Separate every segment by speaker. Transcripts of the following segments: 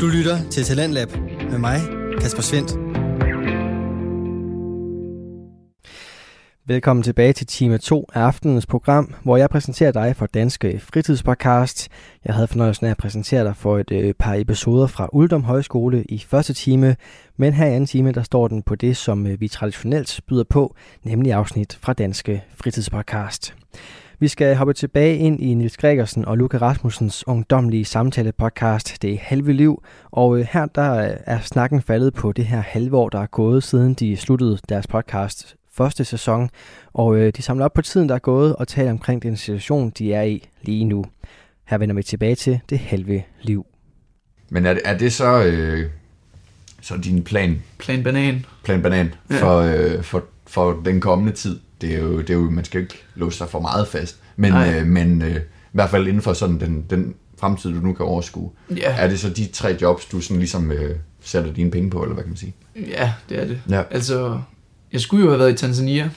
Speaker 1: Du lytter til Talentlab med mig, Kasper Svendt. Velkommen tilbage til time 2 af aftenens program, hvor jeg præsenterer dig for Danske Fritidspodcast. Jeg havde fornøjelsen af at præsentere dig for et øh, par episoder fra Uldum Højskole i første time, men her i anden time, der står den på det, som øh, vi traditionelt byder på, nemlig afsnit fra Danske Fritidspodcast. Vi skal hoppe tilbage ind i Nils Gregersen og Luca Rasmussens ungdomlige samtale-podcast Det er halve liv, og øh, her der er snakken faldet på det her halve år, der er gået, siden de sluttede deres podcast første sæson, og øh, de samler op på tiden, der er gået, og taler omkring den situation, de er i lige nu. Her vender vi tilbage til Det halve liv.
Speaker 2: Men er, det- er det så, øh, så din plan,
Speaker 3: Plan banan.
Speaker 2: plan banan
Speaker 3: Ja.
Speaker 2: for, øh, for, for den kommende tid? Det er jo, det er jo man skal jo ikke låse sig for meget fast, men,
Speaker 3: Nej.
Speaker 2: øh, men øh, i hvert fald inden for sådan den, den fremtid, du nu kan overskue.
Speaker 3: Ja.
Speaker 2: Er det så de tre jobs, du sådan ligesom øh, sætter dine penge på, eller hvad kan man sige?
Speaker 3: Ja, det er det.
Speaker 2: Ja.
Speaker 3: Altså, jeg skulle jo have været i Tanzania,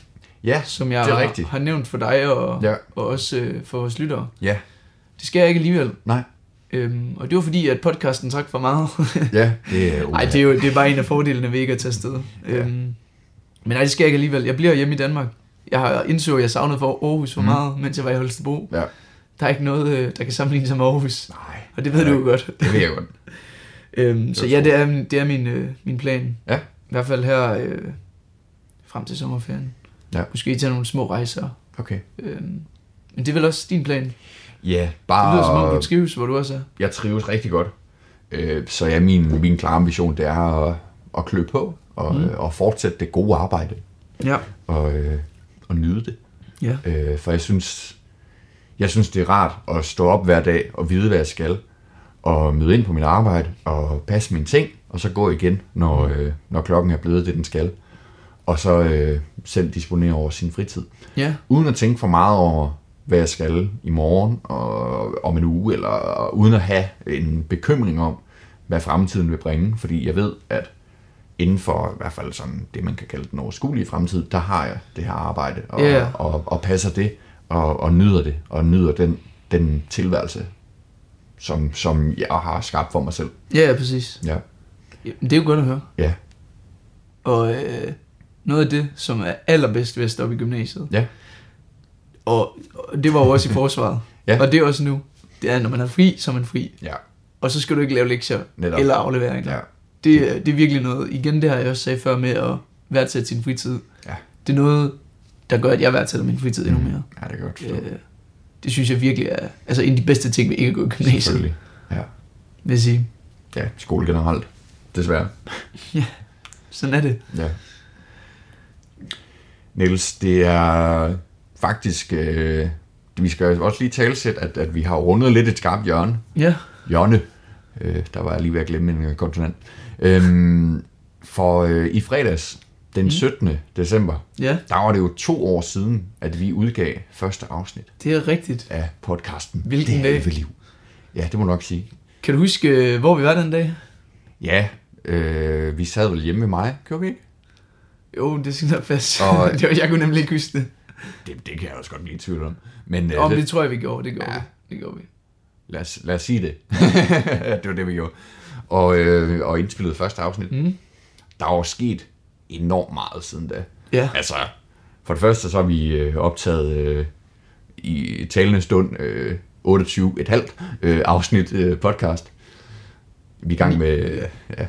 Speaker 2: Ja,
Speaker 3: som jeg
Speaker 2: det er rigtigt.
Speaker 3: har nævnt for dig og,
Speaker 2: Ja.
Speaker 3: og også øh, for vores lyttere.
Speaker 2: Ja,
Speaker 3: Det skal jeg ikke alligevel.
Speaker 2: nej,
Speaker 3: Øhm, og det var fordi, at podcasten trak for meget.
Speaker 2: ja, det er
Speaker 3: Nej, det, er jo- det er bare en af fordelene ved ikke at tage afsted. Øhm, men nej, det skal jeg ikke alligevel. Jeg bliver hjemme i Danmark. Jeg har indså, at jeg savnede for Aarhus for meget, mens jeg var i Holstebro.
Speaker 2: Mhm. Ja.
Speaker 3: Der er ikke noget, øh, der kan sammenligne sig med Aarhus.
Speaker 2: Nej,
Speaker 3: Og det ved du jo godt.
Speaker 2: det ved jeg godt.
Speaker 3: Øhm, så
Speaker 2: var
Speaker 3: ja,
Speaker 2: smukt.
Speaker 3: det er, min- det er min, øh, min plan.
Speaker 2: Ja.
Speaker 3: I hvert fald her øh, frem til sommerferien.
Speaker 2: Ja.
Speaker 3: Måske tage nogle små rejser.
Speaker 2: Okay.
Speaker 3: Øhm, men det er vel også din plan. Det
Speaker 2: Ja, bare...
Speaker 3: lyder som om, du trives, hvor du også er.
Speaker 2: jeg trives rigtig godt. Øh, så ja, min, min klare ambition, det er at, at klø på og, mm. og fortsætte det gode arbejde
Speaker 3: Ja.
Speaker 2: og, øh, og nyde det.
Speaker 3: Ja.
Speaker 2: Øh, for jeg synes, jeg synes, det er rart at stå op hver dag og vide, hvad jeg skal, og møde ind på mit arbejde og passe mine ting, og så gå igen, når, øh, når klokken er blevet det, den skal. Og så øh, selv disponere over sin fritid
Speaker 3: Ja.
Speaker 2: uden at tænke for meget over, hvad jeg skal i morgen og om en uge, eller uden at have en bekymring om, hvad fremtiden vil bringe, fordi jeg ved, at inden for i hvert fald sådan det, man kan kalde den overskuelige fremtid, der har jeg det her arbejde, og,
Speaker 3: Ja.
Speaker 2: og, og, og passer det, og, og nyder det, og nyder den, den tilværelse, som, som jeg har skabt for mig selv.
Speaker 3: Ja, ja, præcis.
Speaker 2: Ja,
Speaker 3: Jamen, det er jo godt at høre.
Speaker 2: ja,
Speaker 3: Og øh, noget af det, som er allerbedst ved at stoppe i gymnasiet,
Speaker 2: ja,
Speaker 3: og, og det var jo også i forsvaret,
Speaker 2: Ja.
Speaker 3: og det er også nu, det er, når man er fri, så er man fri.
Speaker 2: ja,
Speaker 3: Og så skal du ikke lave lektier
Speaker 2: Netop.
Speaker 3: eller afleveringer.
Speaker 2: ja,
Speaker 3: Det, er- det er virkelig noget. Igen, det har jeg også sagt før med at værdsætte sin fritid.
Speaker 2: Ja.
Speaker 3: Det er noget, der gør, at jeg værdsætter min fritid endnu mere.
Speaker 2: ja, det kan jeg godt forstå.
Speaker 3: Øh, det synes jeg virkelig er altså en af de bedste ting ved ikke at gå i gymnasiet,
Speaker 2: Selvfølgelig. Ja,
Speaker 3: vil jeg sige.
Speaker 2: ja, skole generelt, desværre.
Speaker 3: Sådan er det.
Speaker 2: Ja. Niels, det er faktisk... Øh, vi skal jo også lige talsætte, at, at vi har rundet lidt et skarpt hjørne.
Speaker 3: Ja,
Speaker 2: Hjørne. Øh, der var jeg lige ved at glemme en øh, konsonant. Øhm, for øh, i fredags, den 17. Mm. december,
Speaker 3: ja
Speaker 2: der var det jo to år siden, at vi udgav første afsnit
Speaker 3: det er rigtigt.
Speaker 2: af podcasten.
Speaker 3: Hvilken
Speaker 2: det
Speaker 3: dag?
Speaker 2: halve liv. Ja, det må du nok sige.
Speaker 3: Kan du huske, øh, hvor vi var den dag?
Speaker 2: Ja, øh, vi sad vel hjemme med mig, gjorde vi ikke?
Speaker 3: Jo, det skal nok passe.
Speaker 2: Og-
Speaker 3: det var, jeg kunne nemlig ikke huske det.
Speaker 2: Det, det kan jeg også godt blive i tvivl om. Men, øh,
Speaker 3: Om
Speaker 2: det-
Speaker 3: det tror jeg, vi gjorde. Det gjorde,
Speaker 2: Ja.
Speaker 3: ja. vi. Det gjorde vi.
Speaker 2: Lad os, lad os sige det. det var det, vi gjorde. Og, øh, og indspillede første afsnit. Mm. Der er jo sket enormt meget siden da.
Speaker 3: Ja.
Speaker 2: Altså, for det første så har vi øh, optaget øh, i talende stund øh, 28,5 øh, afsnit øh, podcast. Vi er i gang med... Øh, ja, ja,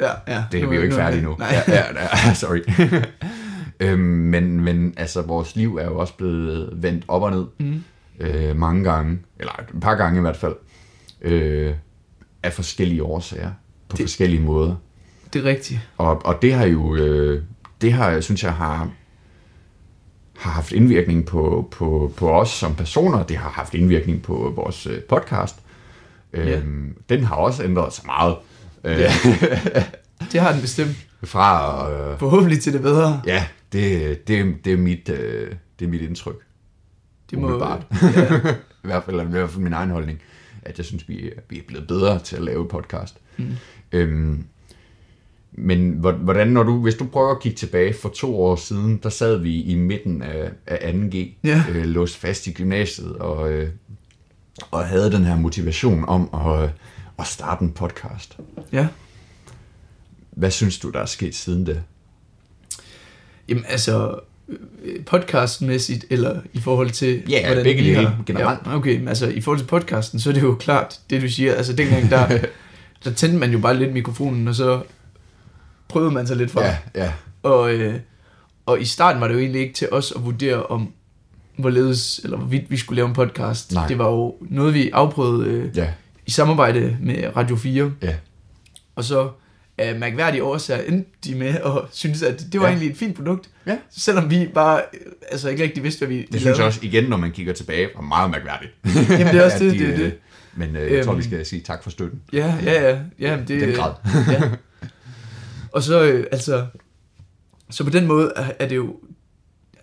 Speaker 3: Ja, ja.
Speaker 2: det er
Speaker 3: Nu-
Speaker 2: vi jo ikke
Speaker 3: nu-
Speaker 2: færdige nu.
Speaker 3: Nej.
Speaker 2: Ja, ja, ja, sorry. øhm, men, men altså, vores liv er jo også blevet vendt op og ned. Mm. Øh, mange gange, eller et par gange i hvert fald. Øh, af forskellige årsager. På det... forskellige måder.
Speaker 3: Det er rigtigt.
Speaker 2: Og, og det har jo, øh, det har, synes jeg, har, har haft indvirkning på, på, på os som personer. Det har haft indvirkning på vores øh, podcast. Øhm,
Speaker 3: Ja.
Speaker 2: Den har også ændret sig meget. Øh,
Speaker 3: Det har den bestemt.
Speaker 2: fra øh,
Speaker 3: Forhåbentlig til det bedre.
Speaker 2: Ja, det, det, det, er, mit, øh, det er mit indtryk.
Speaker 3: Det
Speaker 2: Umiddelbart. I hvert fald, eller i hvert fald min egen holdning, at jeg synes, vi, er- vi er blevet bedre til at lave podcast. Mm. Øhm, men hvor- hvordan, når du, hvis du prøver at kigge tilbage for to år siden, der sad vi i midten af, af 2G,
Speaker 3: Ja.
Speaker 2: øh, låst fast i gymnasiet, og, øh, og havde den her motivation om at, øh, at starte en podcast.
Speaker 3: Ja.
Speaker 2: Hvad synes du, der er sket siden det?
Speaker 3: Jamen altså, øh, podcastmæssigt, eller i forhold til...
Speaker 2: Ja, begge
Speaker 3: vi
Speaker 2: dele,
Speaker 3: har-
Speaker 2: generelt.
Speaker 3: Ja, okay, men altså i forhold til podcasten, så er det jo klart, det du siger, altså dengang der, der tændte man jo bare lidt mikrofonen, og så prøvede man sig lidt fra.
Speaker 2: Ja, ja,
Speaker 3: Og, øh, og i starten var det jo egentlig ikke til os at vurdere om, hvorledes, eller hvorvidt vi skulle lave en podcast.
Speaker 2: Nej.
Speaker 3: Det var jo noget, vi afprøvede øh,
Speaker 2: ja,
Speaker 3: i samarbejde med Radio 4.
Speaker 2: ja.
Speaker 3: Og så af mærkværdige årsager endte de med at synes, at det var
Speaker 2: Ja.
Speaker 3: ja. egentlig et fint produkt.
Speaker 2: Ja.
Speaker 3: Selvom vi bare øh, altså ikke rigtig vidste, hvad vi
Speaker 2: Det synes jeg også, igen, når man kigger tilbage, var meget mærkværdigt.
Speaker 3: Jamen, det er også
Speaker 2: At
Speaker 3: det,
Speaker 2: de,
Speaker 3: det er
Speaker 2: øh,
Speaker 3: det.
Speaker 2: Men øh, jeg tror,
Speaker 3: Øhm.
Speaker 2: vi skal sige tak for støtten.
Speaker 3: Ja, ja, ja. ja men
Speaker 2: I
Speaker 3: det,
Speaker 2: den grad.
Speaker 3: ja. Og så, øh, altså, så på den måde er- er det jo,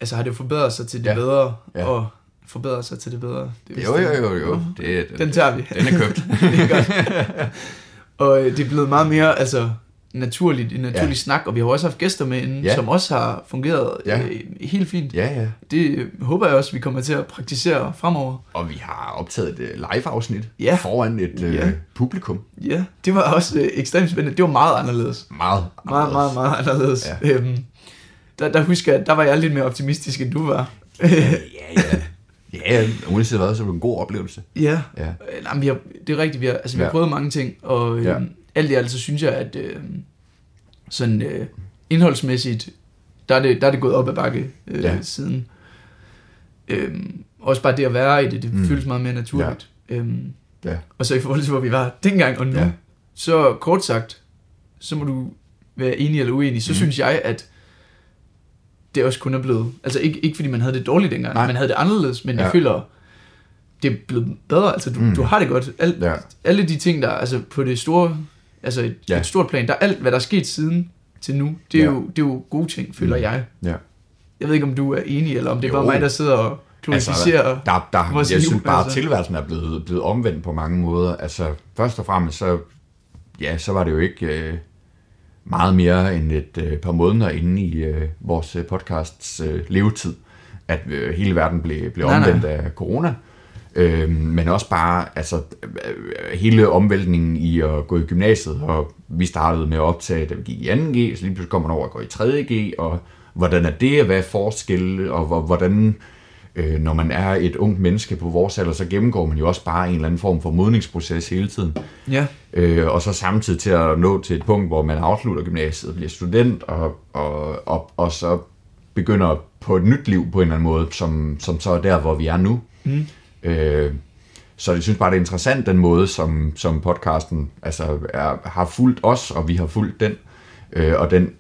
Speaker 3: altså har det jo forbedret sig til det
Speaker 2: Ja.
Speaker 3: ja. bedre,
Speaker 2: Ja.
Speaker 3: ja. og forbedret sig til det bedre. Det er
Speaker 2: Jo,
Speaker 3: vist
Speaker 2: jo,
Speaker 3: det.
Speaker 2: jo, jo. Det,
Speaker 3: Den tager vi.
Speaker 2: den er købt.
Speaker 3: det er godt. Og øh, det er blevet meget mere, altså, naturligt, en naturlig
Speaker 2: Ja.
Speaker 3: ja. snak, og vi har jo også haft gæster med inden,
Speaker 2: Ja.
Speaker 3: ja. som også har fungeret
Speaker 2: Ja.
Speaker 3: ja. øh, helt fint.
Speaker 2: ja, ja.
Speaker 3: Det øh, håber jeg også, vi kommer til at praktisere fremover.
Speaker 2: Og vi har optaget et øh, live-afsnit
Speaker 3: Ja.
Speaker 2: foran et øh,
Speaker 3: Ja.
Speaker 2: publikum.
Speaker 3: Ja, det var også øh, ekstremt spændende. Det var meget anderledes.
Speaker 2: Meget
Speaker 3: Meget, meget, meget anderledes. Ja. Øhm, der, der husker jeg, at der var jeg lidt mere optimistisk, end du var.
Speaker 2: Ja, ja. Ja, ja, uanset hvad, så er det en god oplevelse.
Speaker 3: ja.
Speaker 2: Ja.
Speaker 3: Øh, Nej, men vi har, det er rigtigt, vi har, altså, vi har
Speaker 2: Ja.
Speaker 3: prøvet mange ting, og øh,
Speaker 2: Ja.
Speaker 3: ja. alt i alt, så synes jeg, at øh, sådan øh, indholdsmæssigt, der er, det, der er det gået op ad bakke øh,
Speaker 2: Ja.
Speaker 3: ja. siden. Øh, også bare det at være i det, det
Speaker 2: Mm.
Speaker 3: mm. føles meget mere naturligt. Ja. Øh,
Speaker 2: Ja.
Speaker 3: og så i forhold til, hvor vi var dengang og nu,
Speaker 2: Ja.
Speaker 3: ja. så kort sagt, så må du være enig eller uenig, så
Speaker 2: Mm.
Speaker 3: mm. synes jeg, at det også kun er blevet, altså ikke, ikke fordi man havde det dårligt dengang,
Speaker 2: Nej.
Speaker 3: Nej. man havde det anderledes, men
Speaker 2: Ja.
Speaker 3: ja. jeg føler, det er blevet bedre, altså du,
Speaker 2: Mm.
Speaker 3: mm. du har det godt. Al,
Speaker 2: Ja.
Speaker 3: ja. Alle de ting, der altså på det store, altså et,
Speaker 2: Ja.
Speaker 3: ja. et stort plan, der er alt, hvad der er sket siden til nu, det er,
Speaker 2: Ja.
Speaker 3: ja. jo, det er jo gode ting, føler
Speaker 2: Mm.
Speaker 3: mm. jeg.
Speaker 2: Ja.
Speaker 3: Jeg ved ikke, om du er enig, eller om det er bare
Speaker 2: Jo.
Speaker 3: mig, der sidder og glorificerer. Altså,
Speaker 2: Der, der, jeg
Speaker 3: Vores liv,
Speaker 2: synes bare, at
Speaker 3: altså.
Speaker 2: tilværelsen er blevet, blevet omvendt på mange måder. Altså, først og fremmest, så, ja, så var det jo ikke øh, meget mere end et øh, par måneder inde i øh, vores øh, podcasts øh, levetid, at øh, hele verden blev, blev
Speaker 3: Nej, nej.
Speaker 2: omvendt af corona. Øh, men også bare altså, øh, hele omvæltningen i at gå i gymnasiet, og vi startede med at optage, da vi gik i 2G, så lige pludselig kommer man over og går i 3G, og hvordan er det, og hvad er forskelle, og hvor- hvordan, øh, når man er et ungt menneske på vores alder, så gennemgår man jo også bare en eller anden form for modningsproces hele tiden.
Speaker 3: ja.
Speaker 2: Øh, og så samtidig til at nå til et punkt, hvor man afslutter gymnasiet, bliver student, og, og, og, og så begynder på et nyt liv på en eller anden måde, som, som så er der, hvor vi er nu. Mm. Øh, så jeg synes bare, det er interessant, den måde, som, som podcasten altså, er, har fulgt os, og vi har fulgt den, øh, og den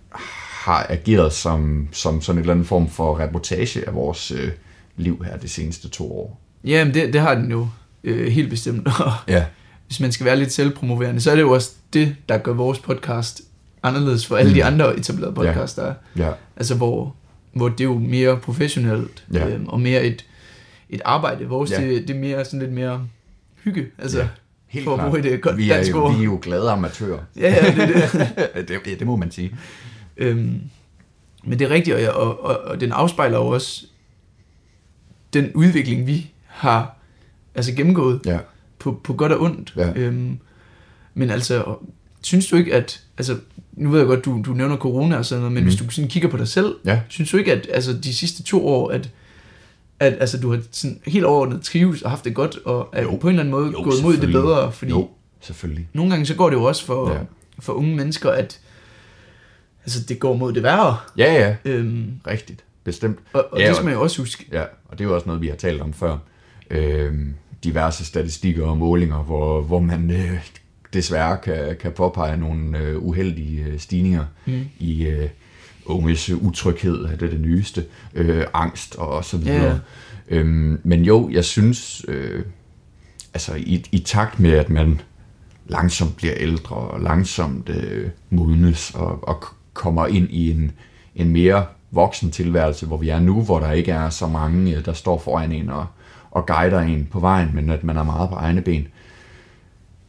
Speaker 2: har ageret som, som sådan en eller anden form for reportage af vores øh, liv her de seneste to år.
Speaker 3: ja men det, det har den jo øh, helt bestemt. Og
Speaker 2: Ja,
Speaker 3: hvis man skal være lidt selvpromoverende, så er det jo også det, der gør vores podcast anderledes for alle de andre etablerede podcasts, der er.
Speaker 2: Mm. ja,
Speaker 3: Altså, hvor, hvor det er jo mere professionelt,
Speaker 2: Ja.
Speaker 3: øhm, og mere et, et arbejde. Vores,
Speaker 2: Ja.
Speaker 3: ja. det, det er mere sådan lidt mere hygge, altså,
Speaker 2: Ja,
Speaker 3: ja.
Speaker 2: helt
Speaker 3: for at
Speaker 2: klart.
Speaker 3: bruge et øh, godt
Speaker 2: Vi er,
Speaker 3: dansk
Speaker 2: jo,
Speaker 3: ord.
Speaker 2: vi er jo glade amatører.
Speaker 3: Ja, ja, det er det.
Speaker 2: det, ja, det må man sige.
Speaker 3: Øhm, men det er rigtigt, og, jeg- og, og, og den afspejler jo også den udvikling, vi har altså gennemgået
Speaker 2: Ja.
Speaker 3: på, på godt og ondt.
Speaker 2: Ja.
Speaker 3: Øhm, men altså, synes du ikke, at... Altså, nu ved jeg godt, du, du nævner corona og sådan noget, men mm. hvis du sådan kigger på dig selv,
Speaker 2: Mhm. Ja.
Speaker 3: synes du ikke, at altså, de sidste to år, at, at altså, du har sådan helt overordnet trives og haft det godt, og at
Speaker 2: Jo.
Speaker 3: jo. på en eller anden måde
Speaker 2: Jo,
Speaker 3: gået mod det
Speaker 2: selvfølgelig.
Speaker 3: bedre? Fordi
Speaker 2: Jo, selvfølgelig.
Speaker 3: nogle gange så går det jo også for,
Speaker 2: Ja.
Speaker 3: ja. for unge mennesker, at altså, det går mod det værre.
Speaker 2: Ja, ja,
Speaker 3: Øhm,
Speaker 2: rigtigt. Bestemt.
Speaker 3: og, og
Speaker 2: ja,
Speaker 3: ja, det skal man jo også huske.
Speaker 2: Ja, og det er jo også noget, vi har talt om før. Øhm, diverse statistikker og målinger, hvor, hvor man øh, desværre kan, kan påpege nogle øh, uheldige øh, stigninger mm. i øh, unges utryghed, er det er det nyeste, øh, angst og, og så videre.
Speaker 3: Ja, ja.
Speaker 2: Øhm, men jo, jeg synes, øh, altså i, i takt med, at man langsomt bliver ældre og langsomt øh, modnes og, og k- kommer ind i en, en mere voksen tilværelse, hvor vi er nu, hvor der ikke er så mange, øh, der står foran en og, og guider en på vejen, men at man er meget på egne ben.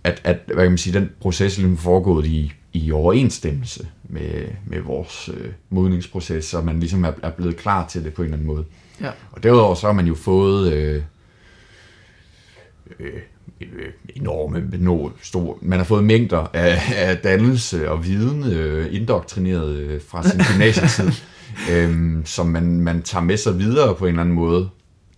Speaker 2: At, at hvad kan man sige, den proces er ligesom foregået i, i overensstemmelse med, med vores øh, modningsproces, så man ligesom er, er blevet klar til det på en eller anden måde.
Speaker 3: Ja.
Speaker 2: Og derudover så har man jo fået øh, øh, øh, enorme, no, stor, man har fået mængder af, af dannelse og viden øh, indoktrineret øh, fra sin gymnasietid, øh, som man, man tager med sig videre på en eller anden måde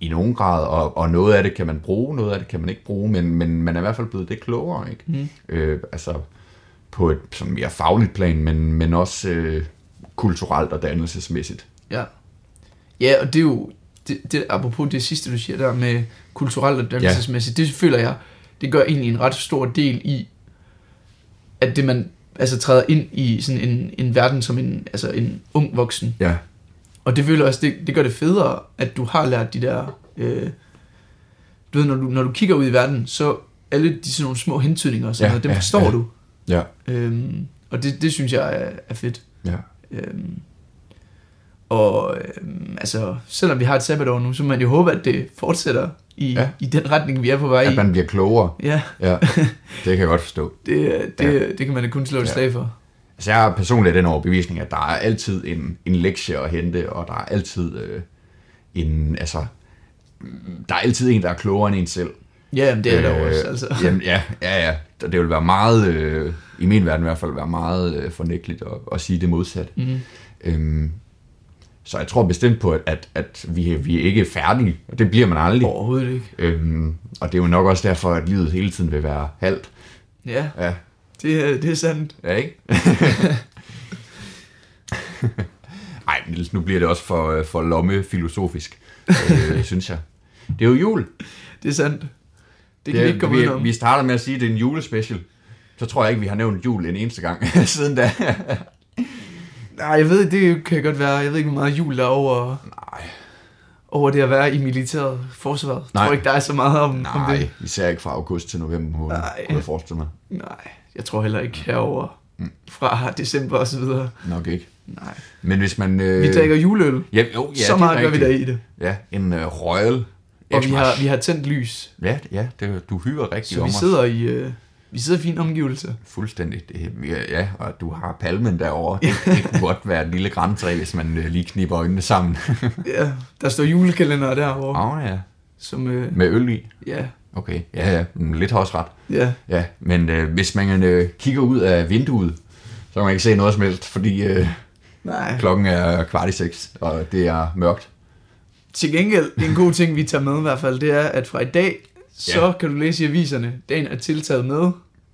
Speaker 2: i nogen grad, og, og noget af det kan man bruge, noget af det kan man ikke bruge, men, men man er i hvert fald blevet det klogere, ikke? Mm. Øh, altså på et sådan mere fagligt plan, men, men også øh, kulturelt og dannelsesmæssigt.
Speaker 3: Ja. Ja, og det er jo, det, det, apropos det sidste, du siger der med kulturelt og dannelsesmæssigt, ja. det føler jeg, det gør egentlig en ret stor del i, at det man altså træder ind i sådan en, en verden som en, altså en ung voksen.
Speaker 2: Ja,
Speaker 3: Og det føler jeg også, det, det gør det federe, at du har lært de der... Øh, du ved, når du, når du kigger ud i verden, så alle de sådan nogle små hentydninger og sådan
Speaker 2: Ja,
Speaker 3: ja, noget, dem
Speaker 2: ja,
Speaker 3: forstår
Speaker 2: ja.
Speaker 3: du.
Speaker 2: ja,
Speaker 3: Øhm, og det, det synes jeg er, er fedt.
Speaker 2: ja.
Speaker 3: Øhm, og øhm, altså, selvom vi har et sabbatår nu, så må man jo håbe, at det fortsætter i,
Speaker 2: Ja.
Speaker 3: ja. i den retning, vi er på vej i.
Speaker 2: At man bliver klogere.
Speaker 3: Ja,
Speaker 2: Ja, det kan jeg godt forstå.
Speaker 3: det, det, ja. det kan man da kun slå et
Speaker 2: Ja.
Speaker 3: slag for.
Speaker 2: Altså jeg er personligt af den overbevisning, at der er altid en, en lektie at hente, og der er altid øh, en, altså, mm, der er altid en, der er klogere end en selv. Øh,
Speaker 3: Ja, jamen, det er der jo også, altså.
Speaker 2: Jamen, ja, ja, ja. Det vil være meget, øh, i min verden i hvert fald, være meget øh, fornægteligt at, at sige det modsatte.
Speaker 3: Mhm.
Speaker 2: Mm. Øhm, så jeg tror bestemt på, at, at, at vi, vi er ikke er færdige, og det bliver man aldrig.
Speaker 3: Overhovedet ikke.
Speaker 2: Øhm, og det er jo nok også derfor, at livet hele tiden vil være halvt.
Speaker 3: Ja,
Speaker 2: Ja,
Speaker 3: det, er- det er sandt.
Speaker 2: Ja, ikke? Ej, Niels, nu bliver det også for, øh, for lomme filosofisk, øh, synes jeg. Det er jo jul.
Speaker 3: Det er sandt. Det kan vi ikke komme
Speaker 2: vi,
Speaker 3: udenom.
Speaker 2: vi starter med at sige, at det er en julespecial. Så tror jeg ikke, vi har nævnt jul en eneste gang siden da.
Speaker 3: Nej, jeg ved, det kan godt være. Jeg ved ikke, hvor meget jul der er over,
Speaker 2: Nej,
Speaker 3: over det at være i militæret forsvaret. Jeg
Speaker 2: Nej.
Speaker 3: tror ikke, der er så meget om, om det.
Speaker 2: nej, især ikke fra august til november måned,
Speaker 3: Nej.
Speaker 2: kunne jeg forestille mig.
Speaker 3: Nej, jeg tror heller ikke herover
Speaker 2: Mm.
Speaker 3: fra december og så videre.
Speaker 2: Nok ikke.
Speaker 3: Nej.
Speaker 2: Men hvis man... Øh,
Speaker 3: Vi drikker juleøl.
Speaker 2: Ja, jo, ja,
Speaker 3: så
Speaker 2: det er
Speaker 3: meget gør vi
Speaker 2: rigtigt.
Speaker 3: der i det.
Speaker 2: Ja, en øh, royal.
Speaker 3: Og vi har, vi har tændt lys,
Speaker 2: Ja, ja det, du hyrer rigtig
Speaker 3: så
Speaker 2: om
Speaker 3: vi
Speaker 2: os.
Speaker 3: sidder i, øh, vi sidder i fine omgivelser.
Speaker 2: Fuldstændig. Det, ja, og du har palmen derovre. Det, det kunne godt være et lille græntræ, hvis man øh, lige kniber øjnene sammen.
Speaker 3: Ja, der står julekalender derovre,
Speaker 2: Åh oh, ja.
Speaker 3: som, øh,
Speaker 2: Med øl i.
Speaker 3: ja,
Speaker 2: Okay, ja, ja. Mm, Lidt har også ret.
Speaker 3: ja,
Speaker 2: Ja, men øh, hvis man øh, kigger ud af vinduet, så kan man ikke se noget som helst, fordi øh,
Speaker 3: nej.
Speaker 2: klokken er kvart i seks, og det er mørkt.
Speaker 3: Til gengæld, en god ting, vi tager med i hvert fald, det er, at fra i dag, så
Speaker 2: Ja.
Speaker 3: kan du læse i aviserne, dagen er tiltaget med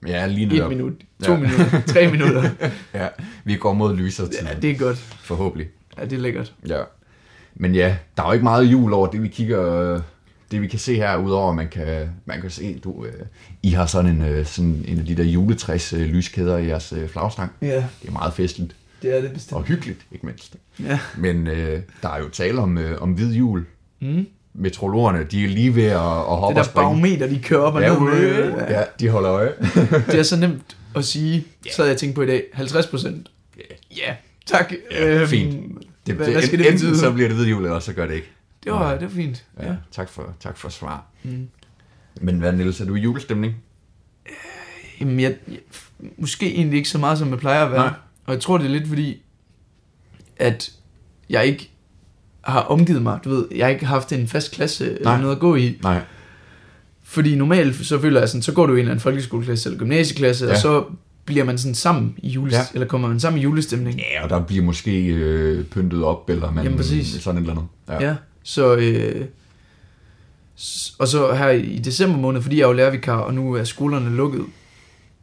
Speaker 2: Ja, lige
Speaker 3: et
Speaker 2: netop.
Speaker 3: minut, to
Speaker 2: Ja.
Speaker 3: minutter, tre minutter.
Speaker 2: Ja, vi går mod lysere tid,
Speaker 3: Ja,
Speaker 2: det...
Speaker 3: det er godt.
Speaker 2: forhåbentlig.
Speaker 3: Ja, det er lækkert.
Speaker 2: Ja. Men ja, der er jo ikke meget jul over det, vi kigger... øh, Det vi kan se her, udover at man kan, man kan se, du, øh, I har sådan en, øh, sådan en af de der juletræs øh, lyskæder i jeres øh, flagstang.
Speaker 3: Ja,
Speaker 2: Det er meget festligt
Speaker 3: det er det bestemt.
Speaker 2: og hyggeligt, ikke mindst.
Speaker 3: Ja.
Speaker 2: Men øh, der er jo tale om, øh, om hvid jul.
Speaker 3: Mm.
Speaker 2: Metrologerne, de er lige ved at, at hoppe
Speaker 3: Det der
Speaker 2: og springe.
Speaker 3: barometer, de kører op og ned med.
Speaker 2: Ja, øh, ja, de holder øje.
Speaker 3: Det er så nemt at sige,
Speaker 2: Ja.
Speaker 3: yeah. så havde jeg tænkt på i dag, 50 procent.
Speaker 2: Ja.
Speaker 3: Ja, tak. Øhm,
Speaker 2: Ja, fint. Det,
Speaker 3: Hvad- hvad skal det
Speaker 2: enten
Speaker 3: betyde?
Speaker 2: så bliver det hvid jul, eller så gør det ikke.
Speaker 3: Det var, det var fint.
Speaker 2: Ja,
Speaker 3: Ja.
Speaker 2: ja. Tak, for, tak for svar. Mm. Men hvad, Niels, er du i julestemning?
Speaker 3: Jamen, jeg, jeg, måske egentlig ikke så meget, som jeg plejer at være.
Speaker 2: Nej.
Speaker 3: Nej. Og jeg tror, det er lidt fordi, at jeg ikke har omgivet mig, du ved, jeg har ikke haft en fast klasse Nej. eller
Speaker 2: Nej.
Speaker 3: noget at gå i.
Speaker 2: Nej.
Speaker 3: Fordi normalt, så føler jeg sådan, så går du i en eller anden folkeskoleklasse eller gymnasieklasse, ja.
Speaker 2: Ja.
Speaker 3: og så bliver man sådan sammen i jules,
Speaker 2: Ja.
Speaker 3: ja. eller kommer man sammen i julestemning.
Speaker 2: Ja, og der bliver måske øh, pyntet op, eller man,
Speaker 3: Jamen, præcis.
Speaker 2: sådan et eller andet. Ja.
Speaker 3: Ja, så... Øh, s- og så her i december måned, fordi jeg er jo lærervikar, og nu er skolerne lukket,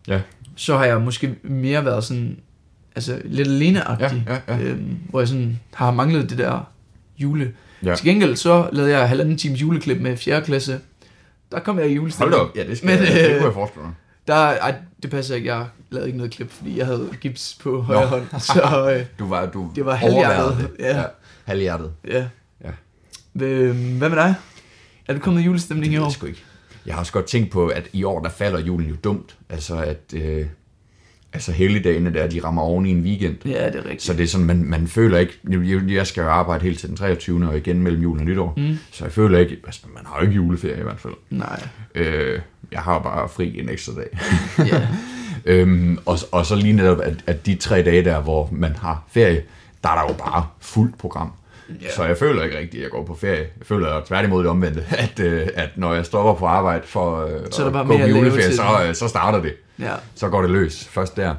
Speaker 2: Ja.
Speaker 3: så har jeg måske mere været sådan, altså lidt aleneagtig,
Speaker 2: Ja, ja, ja.
Speaker 3: Øhm, hvor jeg sådan har manglet det der jule.
Speaker 2: Ja.
Speaker 3: Ja. Til gengæld så lavede jeg halvanden times juleklip med 4. klasse. Der kom jeg i
Speaker 2: Hold
Speaker 3: julestemning.
Speaker 2: da op. Ja, det, skal
Speaker 3: Men,
Speaker 2: Men, jeg, det
Speaker 3: øh,
Speaker 2: kunne jeg forestille mig.
Speaker 3: Der, ej, det passer ikke, jeg lavede ikke noget klip, fordi jeg havde gips på højre hånd. Så øh,
Speaker 2: Du var, du
Speaker 3: Det var halvhjertet.
Speaker 2: overværede det.
Speaker 3: Ja.
Speaker 2: Halvhjertet.
Speaker 3: ja.
Speaker 2: Ja.
Speaker 3: Øhm, hvad med dig? Er du kommet i julestemning i
Speaker 2: Det er
Speaker 3: år?
Speaker 2: sgu ikke. Jeg har også godt tænkt på, at i år, der falder julen jo dumt. Altså, at øh, altså helligdagene der, de rammer oven i en weekend.
Speaker 3: Ja, det er rigtigt.
Speaker 2: Så det er sådan, man, man føler ikke, jeg, jeg skal jo arbejde helt til den 23. og igen mellem jul og nytår. Mm. Så jeg føler ikke, altså man har jo ikke juleferie i hvert fald.
Speaker 3: Nej.
Speaker 2: Øh, jeg har bare fri en ekstra dag.
Speaker 3: Ja.
Speaker 2: Øhm, og, og så lige netop, at, at de tre dage der, hvor man har ferie, der er der jo bare fuldt program. Ja. Så jeg føler ikke rigtigt, at jeg går på ferie. Jeg føler tværtimod det omvendte, at, øh, at når jeg stopper på arbejde for øh,
Speaker 3: Så er der bare
Speaker 2: at gå
Speaker 3: mere
Speaker 2: på
Speaker 3: at lave
Speaker 2: juleferie,
Speaker 3: til
Speaker 2: så,
Speaker 3: det.
Speaker 2: øh, så starter det.
Speaker 3: Ja.
Speaker 2: Så går det løs først der.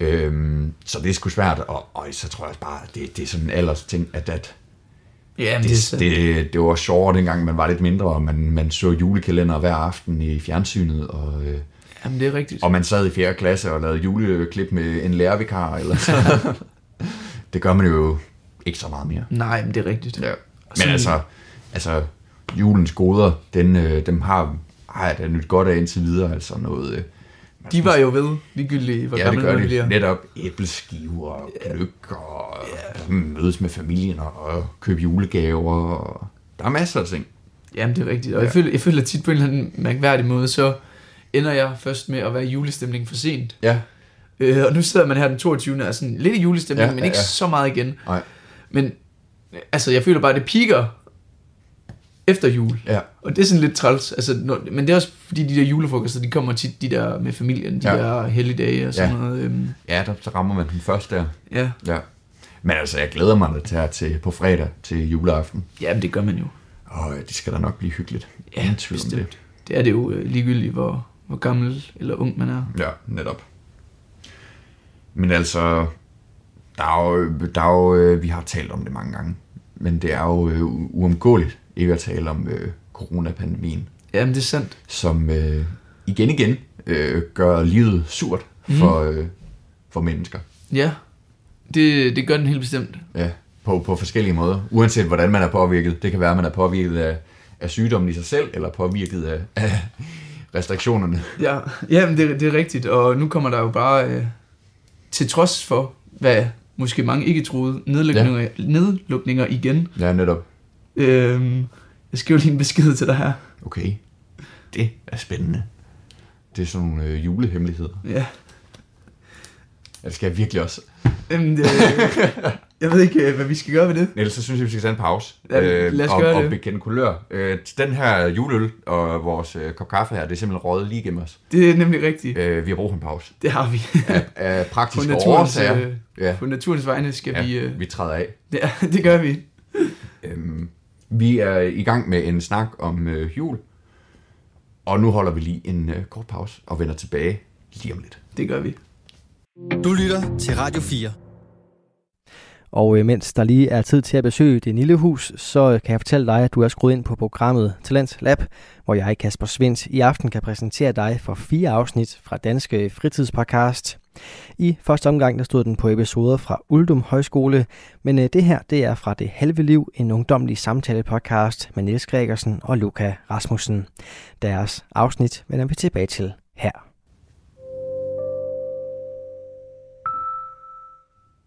Speaker 2: Øhm, så det er sgu svært, og, og så tror jeg også bare, det, det er sådan en alders ting, at, at
Speaker 3: Ja, men
Speaker 2: det,
Speaker 3: det,
Speaker 2: det, det var sjovere dengang, man var lidt mindre, og man, man så julekalender hver aften i fjernsynet, og, øh,
Speaker 3: jamen, det er rigtigt.
Speaker 2: og man sad i 4. klasse og lavede juleklip med en lærervikar. Eller sådan. det gør man jo ikke så meget mere.
Speaker 3: Nej, men det er rigtigt.
Speaker 2: Ja. Men
Speaker 3: Sådan-
Speaker 2: altså, altså, julens goder, den, øh, dem har, har jeg da nyt godt af indtil videre. Altså noget, øh,
Speaker 3: De var jo ved, ligegyldigt, hvor
Speaker 2: ja, det
Speaker 3: gammel
Speaker 2: gør
Speaker 3: man
Speaker 2: det.
Speaker 3: bliver.
Speaker 2: Netop æbleskiver og gløk og mm, mødes med familien og købe julegaver. Og, der er masser af ting.
Speaker 3: Jamen, det er rigtigt. Og
Speaker 2: Ja.
Speaker 3: jeg, føler, jeg føler tit på en eller anden mærkværdig måde, så ender jeg først med at være i julestemning for sent.
Speaker 2: Ja.
Speaker 3: Øh, og nu sidder man her den 22. og er sådan lidt i julestemning,
Speaker 2: Ja,
Speaker 3: ja, men
Speaker 2: ja,
Speaker 3: ikke
Speaker 2: ja.
Speaker 3: så meget igen.
Speaker 2: Nej.
Speaker 3: Men øh, altså, jeg føler bare, at det piker efter jul.
Speaker 2: Ja.
Speaker 3: Og det er sådan lidt træls. Altså, når, men det er også fordi, de der julefrokoster, de kommer tit de der med familien, de
Speaker 2: Ja.
Speaker 3: ja. der helligdage og sådan
Speaker 2: Ja.
Speaker 3: ja. noget. Øhm,
Speaker 2: Ja, der, så rammer man den først der.
Speaker 3: ja.
Speaker 2: Ja. Men altså, jeg glæder mig da til, her til på fredag til juleaften.
Speaker 3: Jamen, det gør man jo.
Speaker 2: Og øh, det skal da nok blive hyggeligt.
Speaker 3: Ja,
Speaker 2: Ingen tvivl om
Speaker 3: bestemt. Det er det jo øh, ligegyldigt, hvor, hvor gammel eller ung man er.
Speaker 2: Ja, netop. Men altså, der er jo, der er jo, øh, vi har talt om det mange gange, men det er jo øh, u- uomgåeligt ikke at tale om øh, coronapandemien,
Speaker 3: Jamen, det er sandt.
Speaker 2: som øh, igen igen øh, gør livet surt for, øh, for mennesker.
Speaker 3: Ja, det, det gør den helt bestemt.
Speaker 2: Ja, på, på forskellige måder. Uanset hvordan man er påvirket. Det kan være, at man er påvirket af, af sygdommen i sig selv, eller påvirket af, af restriktionerne.
Speaker 3: Ja, jamen det, det er rigtigt, og nu kommer der jo bare, øh, til trods for, hvad måske mange ikke troede, nedlukninger, ja. nedlukninger igen.
Speaker 2: Ja, netop.
Speaker 3: Øhm, jeg skriver lige en besked til dig her.
Speaker 2: Okay. Det er spændende. Det er sådan nogle øh, julehemmeligheder.
Speaker 3: Ja,
Speaker 2: Ja, det skal jeg virkelig også.
Speaker 3: jamen, det, jeg ved ikke, øh, hvad vi skal gøre ved det.
Speaker 2: Ellers så synes jeg, vi skal tage en pause.
Speaker 3: Ja, lad os
Speaker 2: og,
Speaker 3: gøre
Speaker 2: og
Speaker 3: det.
Speaker 2: bekende kulør. Øh, den her juleøl og vores øh, kop kaffe her, det er simpelthen røget lige gennem os.
Speaker 3: Det er nemlig rigtigt. Ja.
Speaker 2: Øh, vi har brug for en pause.
Speaker 3: Det har vi.
Speaker 2: Af, af
Speaker 3: På
Speaker 2: praktiske
Speaker 3: naturens,
Speaker 2: årsager.
Speaker 3: øh,
Speaker 2: Ja,
Speaker 3: på naturens vegne skal ja. vi...
Speaker 2: ja,
Speaker 3: Øh,
Speaker 2: vi træder af.
Speaker 3: ja, det gør vi.
Speaker 2: Øhm, vi er i gang med en snak om øh, jul. Og nu holder vi lige en øh, kort pause og vender tilbage lige om lidt.
Speaker 3: Det gør vi.
Speaker 1: Du lytter til Radio 4. Og øh, mens der lige er tid til at besøge det lille hus, så øh, kan jeg fortælle dig, at du er skruet ind på programmet Talent Lab, hvor jeg, Kasper Svindt, i aften kan præsentere dig for fire afsnit fra Danske Fritidspodcast. I første omgang der stod den på episoder fra Uldum Højskole, men øh, det her det er fra Det Halve Liv, en ungdomlig samtale-podcast med Niels Gregersen og Luca Rasmussen. Deres afsnit vender vi tilbage til her.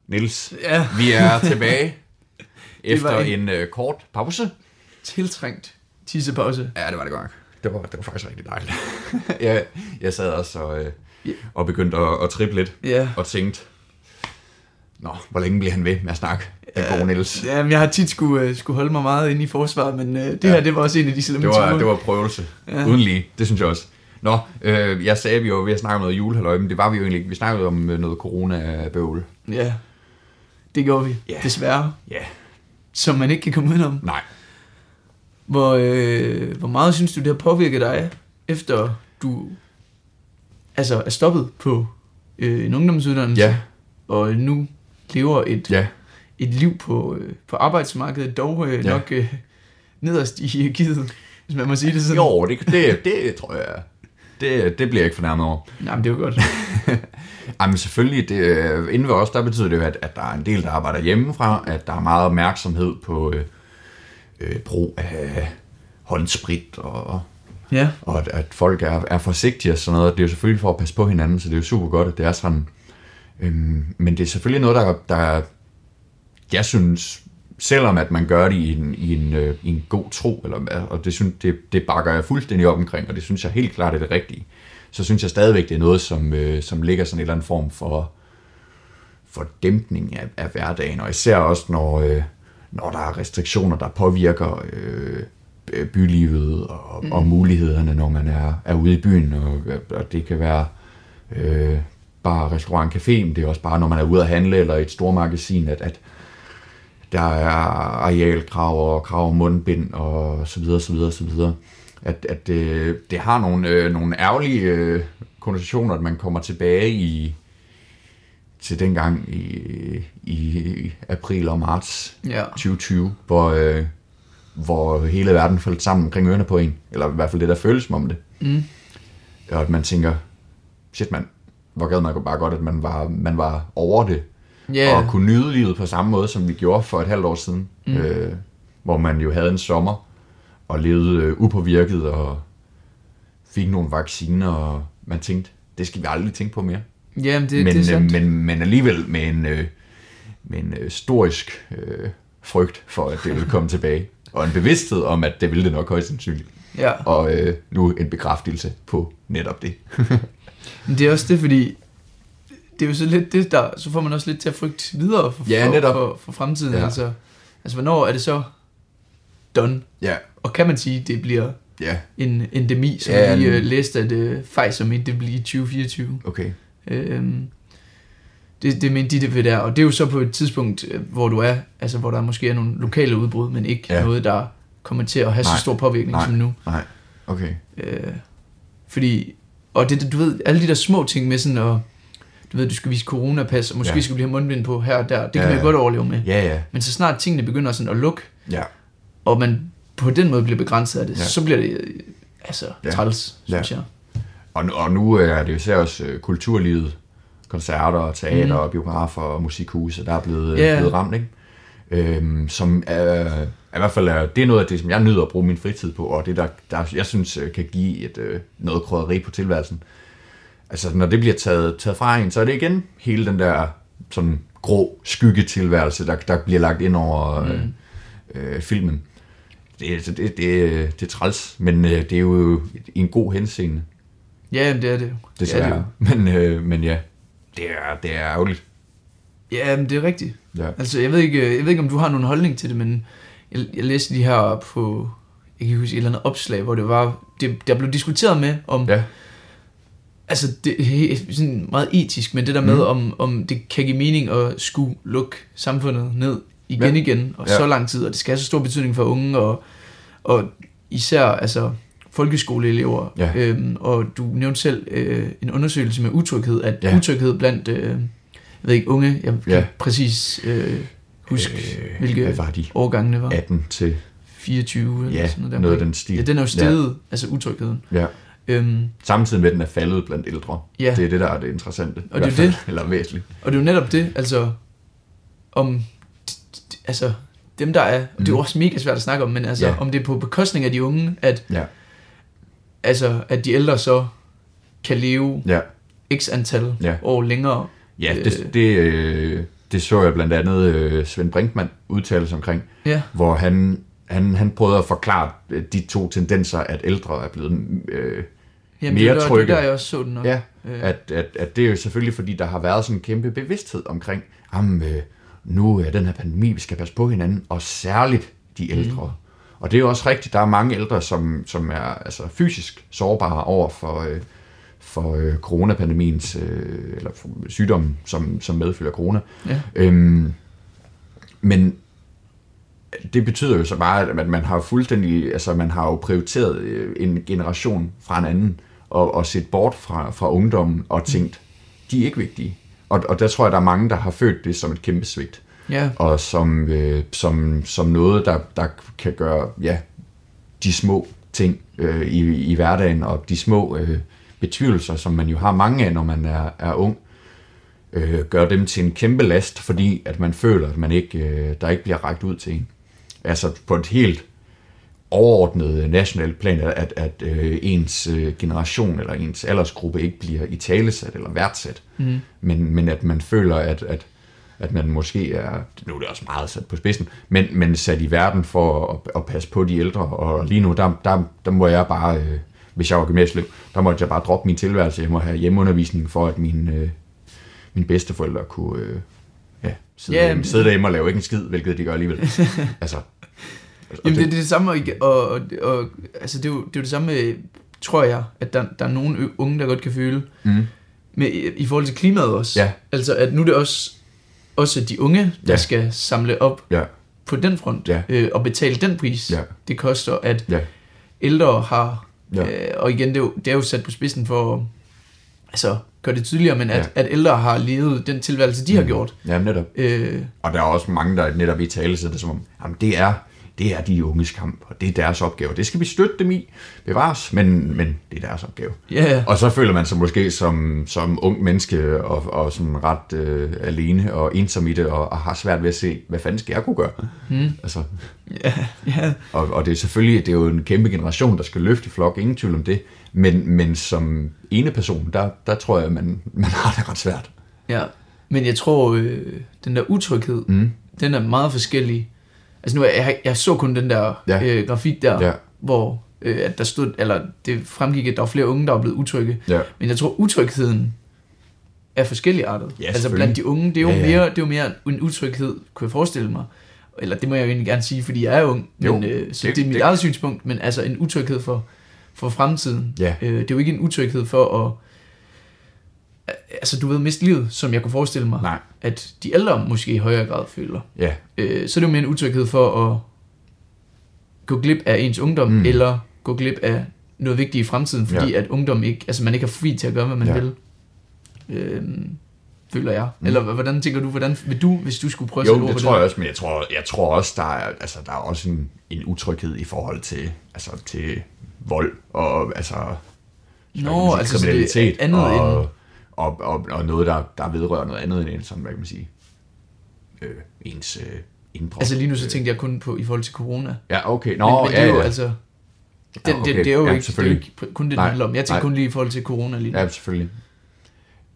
Speaker 2: Nils,
Speaker 3: Ja,
Speaker 2: vi er tilbage efter
Speaker 3: var en-
Speaker 2: en øh, kort pause.
Speaker 3: tiltrængt tissepause.
Speaker 2: Ja, det var det godt. nok. Det var, det var faktisk rigtig dejligt. jeg, jeg sad også og, øh, og begyndte at, at trippe lidt
Speaker 3: Ja.
Speaker 2: og tænkte, Nå, hvor længe bliver han ved med at snakke? Den gode Niels.
Speaker 3: Jamen, jeg har tit skulle, øh, skulle holde mig meget inde i forsvaret, men øh, det ja. her, det var også en af de slemme
Speaker 2: Det var,
Speaker 3: ture.
Speaker 2: det var prøvelse. Ja. Uden lige. Det synes jeg også. Nå, øh, jeg sagde, at vi var ved at snakke om noget julehalløj, men det var vi jo egentlig ikke. Vi snakkede om øh, noget coronabøvl.
Speaker 3: Ja, det gjorde vi,
Speaker 2: Ja.
Speaker 3: yeah. desværre.
Speaker 2: Ja.
Speaker 3: Som man ikke kan komme udenom.
Speaker 2: Nej.
Speaker 3: Hvor, øh, hvor meget synes du, det har påvirket dig, efter du altså, er stoppet på øh, en ungdomsuddannelse,
Speaker 2: Ja.
Speaker 3: og nu lever et,
Speaker 2: Ja.
Speaker 3: et liv på, øh, på arbejdsmarkedet, dog øh,
Speaker 2: Ja.
Speaker 3: ja. nok øh, nederst i hierarkiet, hvis man må sige det sådan.
Speaker 2: Jo, det, det, det tror jeg. Det, det bliver jeg ikke fornærmet over.
Speaker 3: Nej, men det er jo godt.
Speaker 2: Ej, men selvfølgelig, det, øh, inden ved os, der betyder det jo, at, at der er en del, der arbejder hjemmefra, at der er meget opmærksomhed på øh, øh, brug af håndsprit, og,
Speaker 3: ja.
Speaker 2: og at, at folk er, er forsigtige og sådan noget. Det er jo selvfølgelig for at passe på hinanden, så det er jo super godt, at det er sådan. Øhm, men det er selvfølgelig noget, der, der jeg synes, selvom at man gør det i en, i en, øh, i en god tro, eller, hvad, og det, synes, det, det bakker jeg fuldstændig op omkring, og det synes jeg helt klart er det rigtige, så synes jeg stadigvæk, det er noget, som, øh, som ligger sådan en eller anden form for, for dæmpning af, af hverdagen, og især også, når, øh, når der er restriktioner, der påvirker øh, øh, bylivet og, mm. og mulighederne, når man er, er ude i byen, og, og det kan være øh, bare restaurant, café, men det er også bare, når man er ude at handle, eller i et stormagasin, at, at der er arealkrav og krav om mundbind og så videre, så videre, så videre. At, at øh, det har nogle, øh, nogle ærgerlige øh, konnotationer, at man kommer tilbage i til dengang i, i april og marts
Speaker 3: Ja.
Speaker 2: 2020, hvor, øh, hvor hele verden faldt sammen omkring ørerne på en, eller i hvert fald det, der føles som om det.
Speaker 3: Mm.
Speaker 2: Og at man tænker, shit mand, hvor gad man bare godt, at man var, man var over det,
Speaker 3: Ja,
Speaker 2: og kunne nyde livet på samme måde, som vi gjorde for et halvt år siden, mm. øh, hvor man jo havde en sommer og levede øh, upåvirket og fik nogle vacciner, og man tænkte, det skal vi aldrig tænke på mere.
Speaker 3: Jamen, det,
Speaker 2: men,
Speaker 3: det er sandt.
Speaker 2: øh, men, men alligevel med en, øh, med en øh, storisk øh, frygt for, at det ville komme tilbage, og en bevidsthed om, at det ville det nok højst sandsynligt.
Speaker 3: Ja.
Speaker 2: Og øh, nu en bekræftelse på netop det.
Speaker 3: Men det er også det, fordi det er jo så lidt det, der, så får man også lidt til at frygte videre for,
Speaker 2: Ja,
Speaker 3: for,
Speaker 2: netop.
Speaker 3: for, for fremtiden.
Speaker 2: Ja.
Speaker 3: Ja. Altså, altså, hvornår er det så done?
Speaker 2: ja,
Speaker 3: Og kan man sige, det bliver
Speaker 2: ja,
Speaker 3: en endemi, som
Speaker 2: Ja,
Speaker 3: ja, lige
Speaker 2: en-
Speaker 3: øh, læste, at øh, Pfizer mente, det bliver i 2024.
Speaker 2: okay.
Speaker 3: Øhm, det, det mente de, det vil der. Og det er jo så på et tidspunkt, øh, hvor du er, altså hvor der måske er nogle lokale udbrud, men ikke
Speaker 2: Ja.
Speaker 3: ja. noget, der kommer til at have
Speaker 2: Nej.
Speaker 3: så stor påvirkning
Speaker 2: Nej.
Speaker 3: som nu.
Speaker 2: Nej, okay.
Speaker 3: Øh, fordi, og det, du ved, alle de der små ting med sådan, og du ved, du skal vise coronapas, og måske
Speaker 2: Ja.
Speaker 3: ja. skal du lige have mundbind på her og der, det
Speaker 2: Ja,
Speaker 3: kan ja, man
Speaker 2: ja.
Speaker 3: jo godt overleve med.
Speaker 2: Ja, ja,
Speaker 3: Men så snart tingene begynder sådan at lukke,
Speaker 2: ja.
Speaker 3: og man på den måde bliver begrænset af det,
Speaker 2: Ja.
Speaker 3: ja. så bliver det øh, altså
Speaker 2: Ja.
Speaker 3: ja. træls,
Speaker 2: Ja.
Speaker 3: synes jeg.
Speaker 2: Og, nu- og nu øh, er det jo især også øh, kulturlivet, koncerter, teater, mm. og biografer og musikhuse, der er blevet, yeah.
Speaker 3: Ja.
Speaker 2: blevet ramt, ikke? Øhm, som er, er i hvert fald er, det er noget af det, som jeg nyder at bruge min fritid på, og det, der, der jeg synes øh, kan give et, øh, noget krydderi på tilværelsen. Altså, når det bliver taget, taget fra en, så er det igen hele den der sådan grå skyggetilværelse, der, der bliver lagt ind over øh, øh, filmen. Det, altså, det, det, det, det er træls, men øh, det er jo i en god henseende.
Speaker 3: Ja, jamen, det er det jo.
Speaker 2: Det
Speaker 3: er
Speaker 2: er
Speaker 3: det
Speaker 2: det. Men, øh, men ja, det er, det er ærgerligt.
Speaker 3: Ja, men det er rigtigt.
Speaker 2: Ja.
Speaker 3: Altså, jeg ved, ikke, jeg ved ikke, om du har nogen holdning til det, men jeg, jeg læste de her på, jeg kan ikke huske, et eller andet opslag, hvor det var, det, der blev diskuteret med, om
Speaker 2: Ja,
Speaker 3: altså det er sådan meget etisk, men det der med, mm. om, om det kan give mening at skulle lukke samfundet ned igen
Speaker 2: Ja.
Speaker 3: ja. igen, og
Speaker 2: Ja.
Speaker 3: ja. så lang tid, og det skal have så stor betydning for unge, og, og især altså folkeskoleelever.
Speaker 2: Ja.
Speaker 3: Øhm, og du nævnte selv øh, en undersøgelse med utryghed, at
Speaker 2: Ja.
Speaker 3: ja. utryghed blandt, øh, jeg ved ikke, unge, jeg kan
Speaker 2: Ja.
Speaker 3: ja. præcis øh, huske, øh,
Speaker 2: hvad
Speaker 3: hvilke
Speaker 2: var de?
Speaker 3: årgange det var.
Speaker 2: 18 til
Speaker 3: 24 eller
Speaker 2: ja,
Speaker 3: sådan noget.
Speaker 2: noget af
Speaker 3: deromkring.
Speaker 2: den stil.
Speaker 3: Ja, den er jo steget, ja. altså utrygheden.
Speaker 2: Ja.
Speaker 3: Øhm,
Speaker 2: Samtidig med, at den er faldet blandt ældre.
Speaker 3: Ja.
Speaker 2: Det er det, der er det interessante.
Speaker 3: Og
Speaker 2: i
Speaker 3: det er
Speaker 2: hvert fald. Eller væsentligt.
Speaker 3: Og det er jo netop det, altså, om, d- d- altså, dem der er, og det er jo også mega svært at snakke om, men altså,
Speaker 2: Mhm. Ja.
Speaker 3: ja. om det er på bekostning af de unge, at,
Speaker 2: Ja.
Speaker 3: altså, at de ældre så kan leve
Speaker 2: Ja.
Speaker 3: x antal
Speaker 2: Ja.
Speaker 3: ja. år længere.
Speaker 2: Ja,
Speaker 3: Øh.
Speaker 2: det, det, øh, det så jeg blandt andet øh, Svend Brinkmann udtale sig omkring,
Speaker 3: Ja,
Speaker 2: hvor han, han, han prøvede at forklare øh, de to tendenser, at ældre er blevet... Øh,
Speaker 3: Jamen,
Speaker 2: Mere
Speaker 3: det var
Speaker 2: trygge.
Speaker 3: Det der, jeg også så den nok.
Speaker 2: Ja, at, at, at det er jo selvfølgelig, fordi der har været sådan en kæmpe bevidsthed omkring, jamen, øh, nu er den her pandemi, vi skal passe på hinanden, og særligt de ældre. Mm. Og det er jo også rigtigt, der er mange ældre, som, som er altså, fysisk sårbare over for, øh, for øh, coronapandemiens, øh, eller for sygdommen, som, som medfølger corona.
Speaker 3: Ja.
Speaker 2: Øhm, men det betyder jo så bare, at man har fuldstændig, altså man har jo prioriteret øh, en generation fra en anden, og, og set bort fra, fra ungdommen og tænkt, de er ikke vigtige. Og, og der tror jeg, der er mange, der har følt det som et kæmpe svigt,
Speaker 3: Ja,
Speaker 2: og som, øh, som, som noget, der, der kan gøre ja, de små ting øh, i, i hverdagen, og de små øh, betvivlelser, som man jo har mange af, når man er, er ung, øh, gør dem til en kæmpe last, fordi at man føler, at man ikke, øh, der ikke bliver rækket ud til en. Altså på et helt overordnet øh, nationalt plan, at- at, at øh, ens øh, generation eller ens aldersgruppe ikke bliver i talesat eller værdsat, mm. men, men at man føler, at, at, at man måske er, nu er det også meget sat på spidsen, men, men sat i verden for at, at passe på de ældre, og lige nu, der, der, der må jeg bare, øh, hvis jeg var gymnasieelev, der måtte jeg bare droppe min tilværelse, jeg må have hjemmeundervisning for, at min øh, mine bedsteforældre kunne øh, ja, sidde, yeah,
Speaker 3: Ja,
Speaker 2: derhjemme,
Speaker 3: men-
Speaker 2: sidde derhjemme og lave ikke en skid, hvilket de gør alligevel. altså, altså,
Speaker 3: Jamen, det, det er det samme, og, og, og, og altså, det, er jo, det er jo det samme, øh, tror jeg, at der, der er nogle ø- unge, der godt kan føle,
Speaker 2: Mm.
Speaker 3: med, i, i forhold til klimaet også.
Speaker 2: Ja.
Speaker 3: Altså, at nu er det også, også de unge, der
Speaker 2: Ja.
Speaker 3: skal samle op
Speaker 2: ja,
Speaker 3: på den front,
Speaker 2: Ja.
Speaker 3: øh, og betale den pris,
Speaker 2: Ja.
Speaker 3: det koster, at
Speaker 2: Ja.
Speaker 3: ældre har,
Speaker 2: Ja.
Speaker 3: øh, og igen, det er, jo, det er jo sat på spidsen for, at, altså, gør det tydeligere, men at,
Speaker 2: Ja. Mm.
Speaker 3: at ældre har levet den tilværelse, de har gjort.
Speaker 2: Ja, netop.
Speaker 3: Øh,
Speaker 2: Og der er også mange, der netop i tale sætter som om, jamen det er, det er de unges kamp, og det er deres opgave. Det skal vi støtte dem i, bevares, men, men det er deres opgave.
Speaker 3: ja, ja.
Speaker 2: Og så føler man sig måske som, som ung menneske og, og sådan ret øh, alene og ensom i det, og, og har svært ved at se, hvad fanden skal jeg kunne gøre? Mm. Altså,
Speaker 3: ja.
Speaker 2: og, og det er selvfølgelig det er jo en kæmpe generation, der skal løfte i flok, ingen tvivl om det. Men, men som ene person, der, der tror jeg, man, man har det ret svært.
Speaker 3: Ja, men jeg tror, øh, den der utryghed, mm. den er meget forskellig. Altså nu, jeg, jeg så kun den der
Speaker 2: Ja.
Speaker 3: ja. øh, grafik der,
Speaker 2: Ja.
Speaker 3: ja. hvor øh, at der stod, eller det fremgik, at der var flere unge, der var blevet utrygge.
Speaker 2: Ja.
Speaker 3: Men jeg tror, utrygheden er forskelligartet.
Speaker 2: Ja,
Speaker 3: altså
Speaker 2: selvfølgelig.
Speaker 3: blandt de unge, det er, jo
Speaker 2: Ja, ja.
Speaker 3: Mere, det er jo mere en utryghed, kunne jeg forestille mig. Eller det må jeg jo egentlig gerne sige, fordi jeg er ung,
Speaker 2: Jo,
Speaker 3: men, øh, så
Speaker 2: det-
Speaker 3: det, det er mit
Speaker 2: det-
Speaker 3: eget synspunkt, men altså en utryghed for, for fremtiden.
Speaker 2: Ja.
Speaker 3: Øh, det er jo ikke en utryghed for at altså du ved, miste livet, som jeg kunne forestille mig,
Speaker 2: Nej.
Speaker 3: at de ældre måske i højere grad føler.
Speaker 2: Ja,
Speaker 3: Øh, så er det jo mere en utryghed for at gå glip af ens ungdom, mm. eller gå glip af noget vigtigt i fremtiden, fordi
Speaker 2: Ja.
Speaker 3: ja. at ungdom ikke, altså man ikke har fri til at gøre, hvad man
Speaker 2: Ja.
Speaker 3: ja. vil. Øh, føler jeg. Mm. Eller h- hvordan tænker du, hvordan vil du, hvis du skulle prøve at
Speaker 2: Jo,
Speaker 3: sætte ord
Speaker 2: det
Speaker 3: på
Speaker 2: tror jeg også, men jeg tror, jeg tror også, der er, altså, der er også en, en utryghed i forhold til, altså, til vold og altså, hvad kan man
Speaker 3: Nå,
Speaker 2: sige,
Speaker 3: altså så det er andet
Speaker 2: og,
Speaker 3: end...
Speaker 2: og, og, og, noget, der, der vedrører noget andet end en, sådan, hvad kan man sige, øh, ens øh, indre. Øh,
Speaker 3: Altså lige nu så tænkte jeg kun på i forhold til corona.
Speaker 2: Ja, okay. Nå,
Speaker 3: Men, men det
Speaker 2: ja,
Speaker 3: er jo
Speaker 2: ja.
Speaker 3: altså... Det,
Speaker 2: Ja,
Speaker 3: det,
Speaker 2: okay.
Speaker 3: det, er jo
Speaker 2: Ja,
Speaker 3: ikke, det er jo
Speaker 2: selvfølgelig.
Speaker 3: ikke kun det, det
Speaker 2: Nej,
Speaker 3: handler om. Jeg tænker
Speaker 2: nej.
Speaker 3: kun lige i forhold til corona lige nu.
Speaker 2: Ja, selvfølgelig.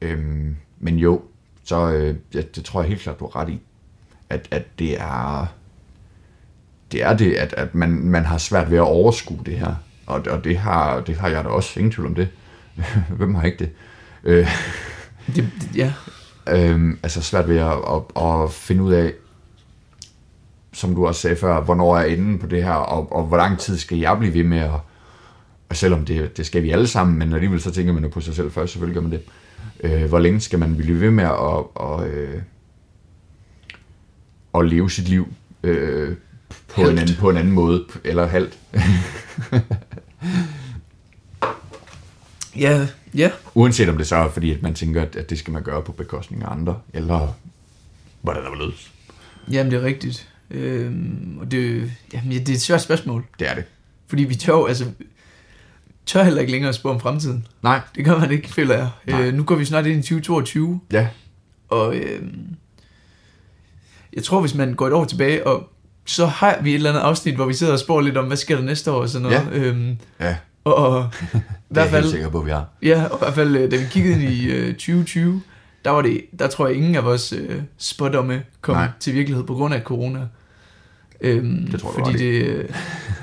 Speaker 2: Øhm, men jo, så øh, det, det tror jeg helt klart, du har ret i, at, at det er det, er det at, at man, man har svært ved at overskue det her. Og, og det, har, det har jeg da også, ingen tvivl om det. Hvem har ikke det? Øh,
Speaker 3: Det, det, ja.
Speaker 2: øhm, altså svært ved at, at, at finde ud af, som du også sagde før, hvornår er enden på det her, og, og hvor lang tid skal jeg blive ved med at, og selvom det, det skal vi alle sammen, men alligevel så tænker man jo på sig selv først, selvfølgelig gør man det. Øh, hvor længe skal man blive ved med at, og, øh, at leve sit liv øh, på, en
Speaker 3: Halvt.
Speaker 2: anden, på en anden måde, eller halvt,
Speaker 3: Ja, ja.
Speaker 2: uanset om det så er fordi, at man tænker, at, at det skal man gøre på bekostning af andre, eller hvordan der var løs.
Speaker 3: Jamen, det er rigtigt. Øhm, og det, jamen, ja, det er et svært spørgsmål.
Speaker 2: Det er det.
Speaker 3: Fordi vi tør, jo- altså, tør heller ikke længere at spå om fremtiden.
Speaker 2: Nej,
Speaker 3: Det gør man ikke, føler jeg.
Speaker 2: Nej.
Speaker 3: Øh, nu går vi snart ind i 2022,
Speaker 2: ja,
Speaker 3: og øhm, jeg tror, hvis man går et år tilbage, og så har vi et eller andet afsnit, hvor vi sidder og spår lidt om, hvad sker der næste år og sådan noget.
Speaker 2: Ja.
Speaker 3: Øhm,
Speaker 2: ja.
Speaker 3: og, og i
Speaker 2: Det er
Speaker 3: hvert
Speaker 2: jeg helt
Speaker 3: fald
Speaker 2: sikker på, at vi har.
Speaker 3: Ja, og i hvert fald, øh, da vi kiggede ind i øh, 2020, der, var det, der tror jeg, ingen af vores øh, spådomme kom
Speaker 2: Nej.
Speaker 3: Nej. til virkelighed på grund af corona. Øhm,
Speaker 2: Det tror jeg, du
Speaker 3: Fordi
Speaker 2: har ret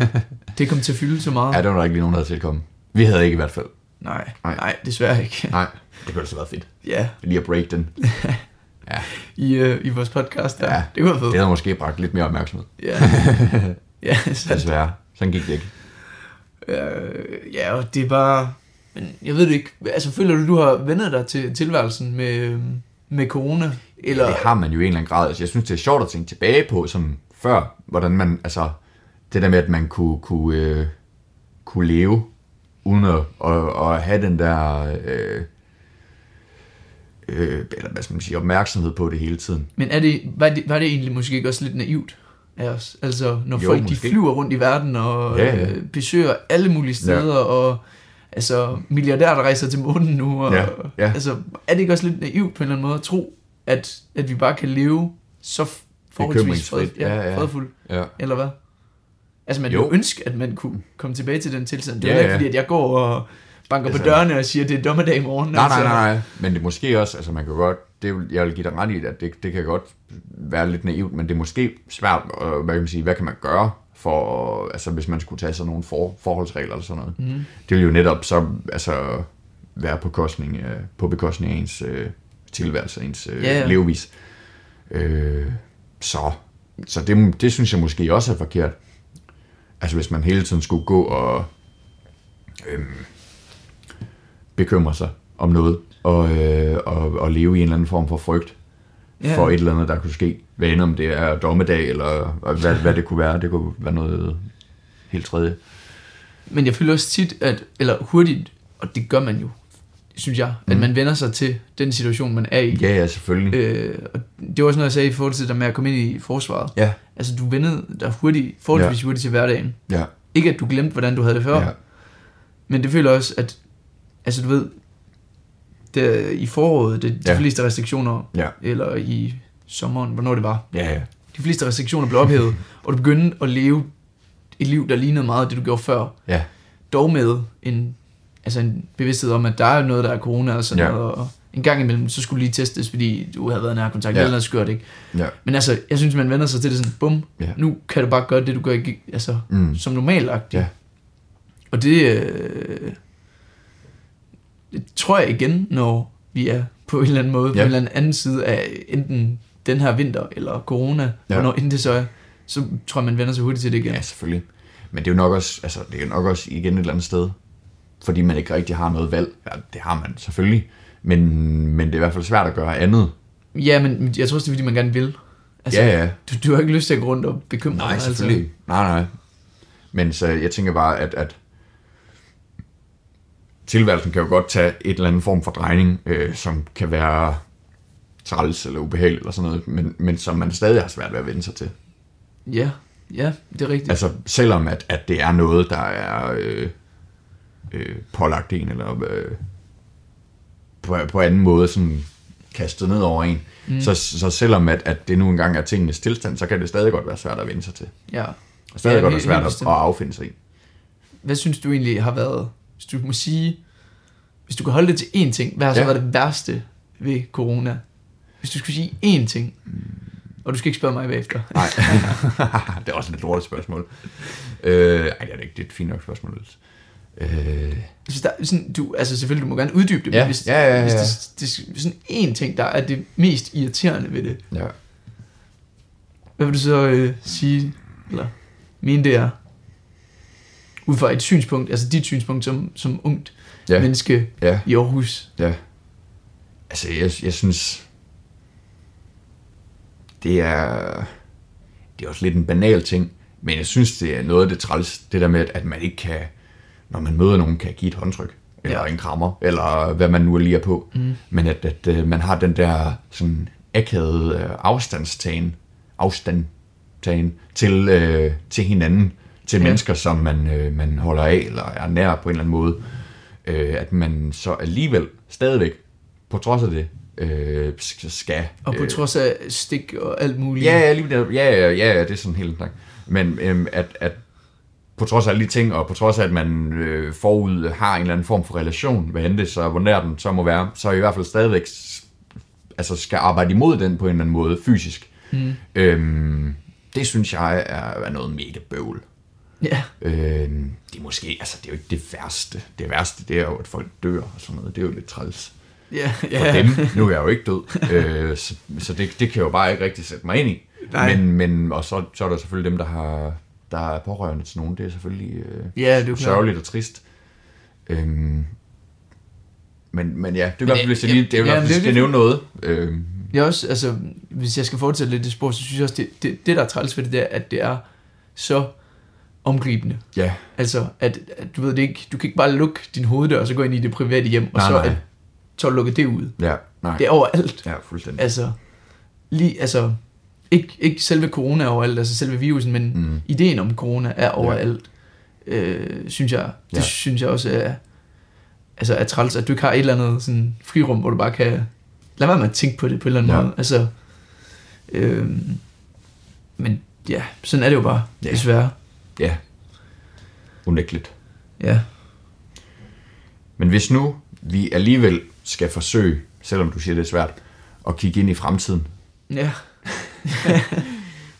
Speaker 3: det, øh, det kom til at fylde så meget.
Speaker 2: Ja, der var der ikke lige nogen, der havde tilkommet. Vi havde ikke i hvert fald.
Speaker 3: Nej,
Speaker 2: Nej.
Speaker 3: nej, nej, desværre ikke.
Speaker 2: Nej, det kunne altså have været fedt.
Speaker 3: Ja,
Speaker 2: Lige at break den.
Speaker 3: i, øh, i vores podcast der.
Speaker 2: Ja,
Speaker 3: Ja, det kunne have
Speaker 2: Det
Speaker 3: været fedt.
Speaker 2: havde måske bragt lidt mere opmærksomhed.
Speaker 3: Ja, ja, sandt.
Speaker 2: Desværre. Sådan gik det ikke.
Speaker 3: Øh, ja, og det er bare... Men jeg ved det ikke. Altså, føler du, du har vendet dig til tilværelsen med, øhm, med corona? Eller,
Speaker 2: Det har man jo i en eller anden grad. Altså, jeg synes, det er sjovt at tænke tilbage på, som før, hvordan man, altså, det der med, at man kunne, kunne, øh, kunne leve, uden at, at, at have den der, øh, øh, eller hvad skal man sige, opmærksomhed på det hele tiden.
Speaker 3: Men er det, var, det, var det egentlig måske ikke også lidt naivt af os? Altså, når
Speaker 2: Jo,
Speaker 3: jo, folk
Speaker 2: måske.
Speaker 3: de flyver rundt i verden og
Speaker 2: Ja,
Speaker 3: ja,
Speaker 2: ja.
Speaker 3: ja. Øh, besøger alle mulige steder, ja. og altså, milliardærer, der rejser til månen nu. Og,
Speaker 2: Ja, ja.
Speaker 3: Altså, er det ikke også lidt naivt på en eller anden måde at tro, at, at vi bare kan leve så f- forholdsvis fred,
Speaker 2: Bekymringsfrit.
Speaker 3: ja,
Speaker 2: Ja, ja.
Speaker 3: fredfuldt,
Speaker 2: Ja.
Speaker 3: eller hvad? Altså, man
Speaker 2: Jo.
Speaker 3: jo. ville ønske, at man kunne komme tilbage til den tilstand. Det er
Speaker 2: Ja,
Speaker 3: ja, ikke
Speaker 2: ja.
Speaker 3: fordi, at jeg går og banker
Speaker 2: Altså-
Speaker 3: på dørene og siger, at det er dommedag i morgen.
Speaker 2: Nej, nej,
Speaker 3: altså.
Speaker 2: nej, nej. Men det er måske også, altså man kan godt, det vil, jeg vil give dig ret i, at det, det kan godt være lidt naivt, men det er måske svært, øh, hvad kan man sige, hvad kan man gøre for, altså hvis man skulle tage sådan nogle for, forholdsregler eller sådan noget. Mm. Det vil jo netop så, altså være på, kostning, øh, på bekostning af ens øh, tilværelse, ens øh,
Speaker 3: Ja, ja.
Speaker 2: levevis. Øh, så så det, det synes jeg måske også er forkert. Altså hvis man hele tiden skulle gå og øhm, bekymre sig om noget, og, øh, og, og leve i en eller anden form for frygt, ja. for et eller andet, der kunne ske. Hvad end om det er dommedag, eller hvad, hvad det kunne være. Det kunne være noget helt tredje.
Speaker 3: Men jeg føler også tit, at, eller hurtigt, og det gør man jo, synes jeg, mm. at man vender sig til den situation, man er i.
Speaker 2: Ja, ja, selvfølgelig.
Speaker 3: Øh, og det var også noget, jeg sagde i forhold til det med at komme ind i forsvaret.
Speaker 2: Ja,
Speaker 3: Altså, du vendede dig hurtigt, forholdsvis ja. hurtigt til hverdagen.
Speaker 2: ja,
Speaker 3: Ikke at du glemte, hvordan du havde det før,
Speaker 2: ja.
Speaker 3: ja. men det føler også, at, altså du ved, det, i foråret, det, de
Speaker 2: Ja.
Speaker 3: fleste restriktioner,
Speaker 2: Ja,
Speaker 3: eller i sommeren, hvornår det var,
Speaker 2: ja, ja.
Speaker 3: de fleste restriktioner blev ophævet, og du begyndte at leve et liv, der lignede meget det, du gjorde før.
Speaker 2: ja.
Speaker 3: dog med en, altså en bevidsthed om, at der er noget, der er corona og sådan
Speaker 2: Ja.
Speaker 3: ja. noget, og en gang imellem, så skulle du lige testes, fordi du havde været nær kontakt,
Speaker 2: Ja.
Speaker 3: ja. eller noget skørt, ikke?
Speaker 2: Ja.
Speaker 3: Men altså, jeg synes, man vender sig til det sådan, bum,
Speaker 2: Ja.
Speaker 3: ja. nu kan du bare gøre det, du gør ikke, altså,
Speaker 2: Mm.
Speaker 3: mm. som normalagtigt.
Speaker 2: Ja.
Speaker 3: Og det, øh, det tror jeg igen, når vi er på en eller anden måde, ja. på
Speaker 2: Ja.
Speaker 3: en eller anden side af enten den her vinter, eller corona,
Speaker 2: Ja.
Speaker 3: ja. hvornår end det så er, så tror jeg, man vender sig hurtigt til det igen.
Speaker 2: Ja, selvfølgelig. Men det er jo nok også, altså, det er jo nok også igen et eller andet sted, fordi man ikke rigtig har noget valg. Ja, det har man selvfølgelig, men, men det er i hvert fald svært at gøre andet.
Speaker 3: Ja, men men jeg tror også, det er, fordi man gerne vil. Altså,
Speaker 2: Ja, ja.
Speaker 3: Du, du har ikke lyst til at gå rundt og bekymre dig.
Speaker 2: Nej, selvfølgelig. Altså. Nej, nej. Men så jeg tænker bare, at, at tilværelsen kan jo godt tage et eller anden form for drejning, øh, som kan være træls eller ubehagelig eller sådan noget, men, men som man stadig har svært ved at vende sig til.
Speaker 3: Altså. Ja, ja, det er rigtigt. Altså.
Speaker 2: Altså selvom at, at det er noget, der er øh, øh, pålagt en, eller øh, på, på anden måde sådan kastet ned over en, mm. så, så selvom at, at det nu engang er tingenes tilstand, så kan det stadig godt være svært at vende sig til.
Speaker 3: Ja.
Speaker 2: Og stadig
Speaker 3: Ja,
Speaker 2: ja, godt være
Speaker 3: helt-
Speaker 2: svært
Speaker 3: helt
Speaker 2: at, at
Speaker 3: bestemt.
Speaker 2: affinde sig i.
Speaker 3: Hvad synes du egentlig har været, hvis du må sige, hvis du kan holde det til én ting, hvad har så
Speaker 2: Ja.
Speaker 3: ja. været det værste ved corona? Hvis du skulle sige én ting, og du skal ikke spørge mig bagefter.
Speaker 2: Hmm. Nej, det er også et lidt lortet spørgsmål. Øh, ej, det er det ikke. Det er et fint nok spørgsmål. ellers. Øh,
Speaker 3: Hvis der, sådan, du, altså selvfølgelig, du må gerne uddybe det,
Speaker 2: Ja,
Speaker 3: men hvis,
Speaker 2: ja, ja, ja,
Speaker 3: hvis
Speaker 2: ja.
Speaker 3: det, det, er sådan én ting, der er det mest irriterende ved det,
Speaker 2: ja.
Speaker 3: hvad vil du så øh, sige, eller mene det er, ud fra et synspunkt, altså dit synspunkt som, som ungt
Speaker 2: Ja.
Speaker 3: ja. menneske
Speaker 2: Ja.
Speaker 3: i Aarhus.
Speaker 2: Ja. Altså, jeg, jeg synes... Det er... Det er også lidt en banal ting, men jeg synes, det er noget af det træls, det der med, at- at man ikke kan, når man møder nogen, kan give et håndtryk, eller ja.
Speaker 3: Ja.
Speaker 2: en krammer, eller hvad man nu lige er på. Mm. Men at, at øh, man har den der sådan akavede øh, afstandstagen, afstandtagen til, øh, til hinanden, til ja.
Speaker 3: Ja.
Speaker 2: mennesker, som man, øh, man holder af, eller er nær på en eller anden måde øh, at man så alligevel stadigvæk, på trods af det, øh, sk- skal...
Speaker 3: Og på
Speaker 2: øh,
Speaker 3: trods af stik og alt muligt.
Speaker 2: Ja, ja, lige, netop. ja, ja, ja, ja, det er sådan helt nok. Men øhm, at, at på trods af alle de ting, og på trods af, at man øh, forud har en eller anden form for relation, hvad end det så, hvor nær den så må være, så i hvert fald stadigvæk s- altså skal arbejde imod den på en eller anden måde, fysisk. Mm. Øhm, det synes jeg er, er noget mega bøvl.
Speaker 3: ja.
Speaker 2: Øh, det er måske, altså det er jo ikke det værste. Det værste, det er jo, at folk dør og sådan noget. Det er jo lidt træls
Speaker 3: ja,
Speaker 2: for
Speaker 3: ja.
Speaker 2: dem. Nu er jeg jo ikke død, øh, så, så det, det kan jeg jo bare ikke rigtig sætte mig ind i.
Speaker 3: Nej.
Speaker 2: Men, men, og så, så er der selvfølgelig dem, der, har, der er pårørende til nogen. Det er selvfølgelig øh,
Speaker 3: Ja, det er jo klart.
Speaker 2: sørgeligt og trist. Øhm, men, men ja, det er i hvert fald,
Speaker 3: øh,
Speaker 2: hvis jeg lige, det er i
Speaker 3: ja,
Speaker 2: hvert fald,
Speaker 3: men
Speaker 2: hvis jeg
Speaker 3: det er
Speaker 2: skal nævne noget. Øhm,
Speaker 3: Jeg er også, altså, hvis jeg skal fortsætte lidt i det spor, så synes jeg også, det, det, det der er træls ved det, det er, at det er så omgribende.
Speaker 2: ja,
Speaker 3: Altså, at, at du ved det ikke, du kan ikke bare lukke din hoveddør, og så gå ind i det private hjem, og
Speaker 2: Nej,
Speaker 3: så,
Speaker 2: nej.
Speaker 3: at, så lukke det ud.
Speaker 2: ja, nej.
Speaker 3: Det er overalt.
Speaker 2: Ja, fuldstændig.
Speaker 3: altså, lige, altså, ikke, ikke selve corona overalt, altså selve virusen, men mm. ideen om corona er overalt, ja. øh, synes jeg. Det
Speaker 2: Ja.
Speaker 3: ja. synes jeg også er, altså, er træls, at du ikke har et eller andet sådan, frirum, hvor du bare kan lade være med at tænke på det på en eller anden
Speaker 2: Ja.
Speaker 3: ja. måde. Altså, øh, men ja, sådan er det jo bare,
Speaker 2: Ja.
Speaker 3: ja. desværre.
Speaker 2: Ja, unægteligt.
Speaker 3: Ja.
Speaker 2: Men hvis nu vi alligevel skal forsøge, selvom du siger, det er svært, at kigge ind i fremtiden,
Speaker 3: Ja.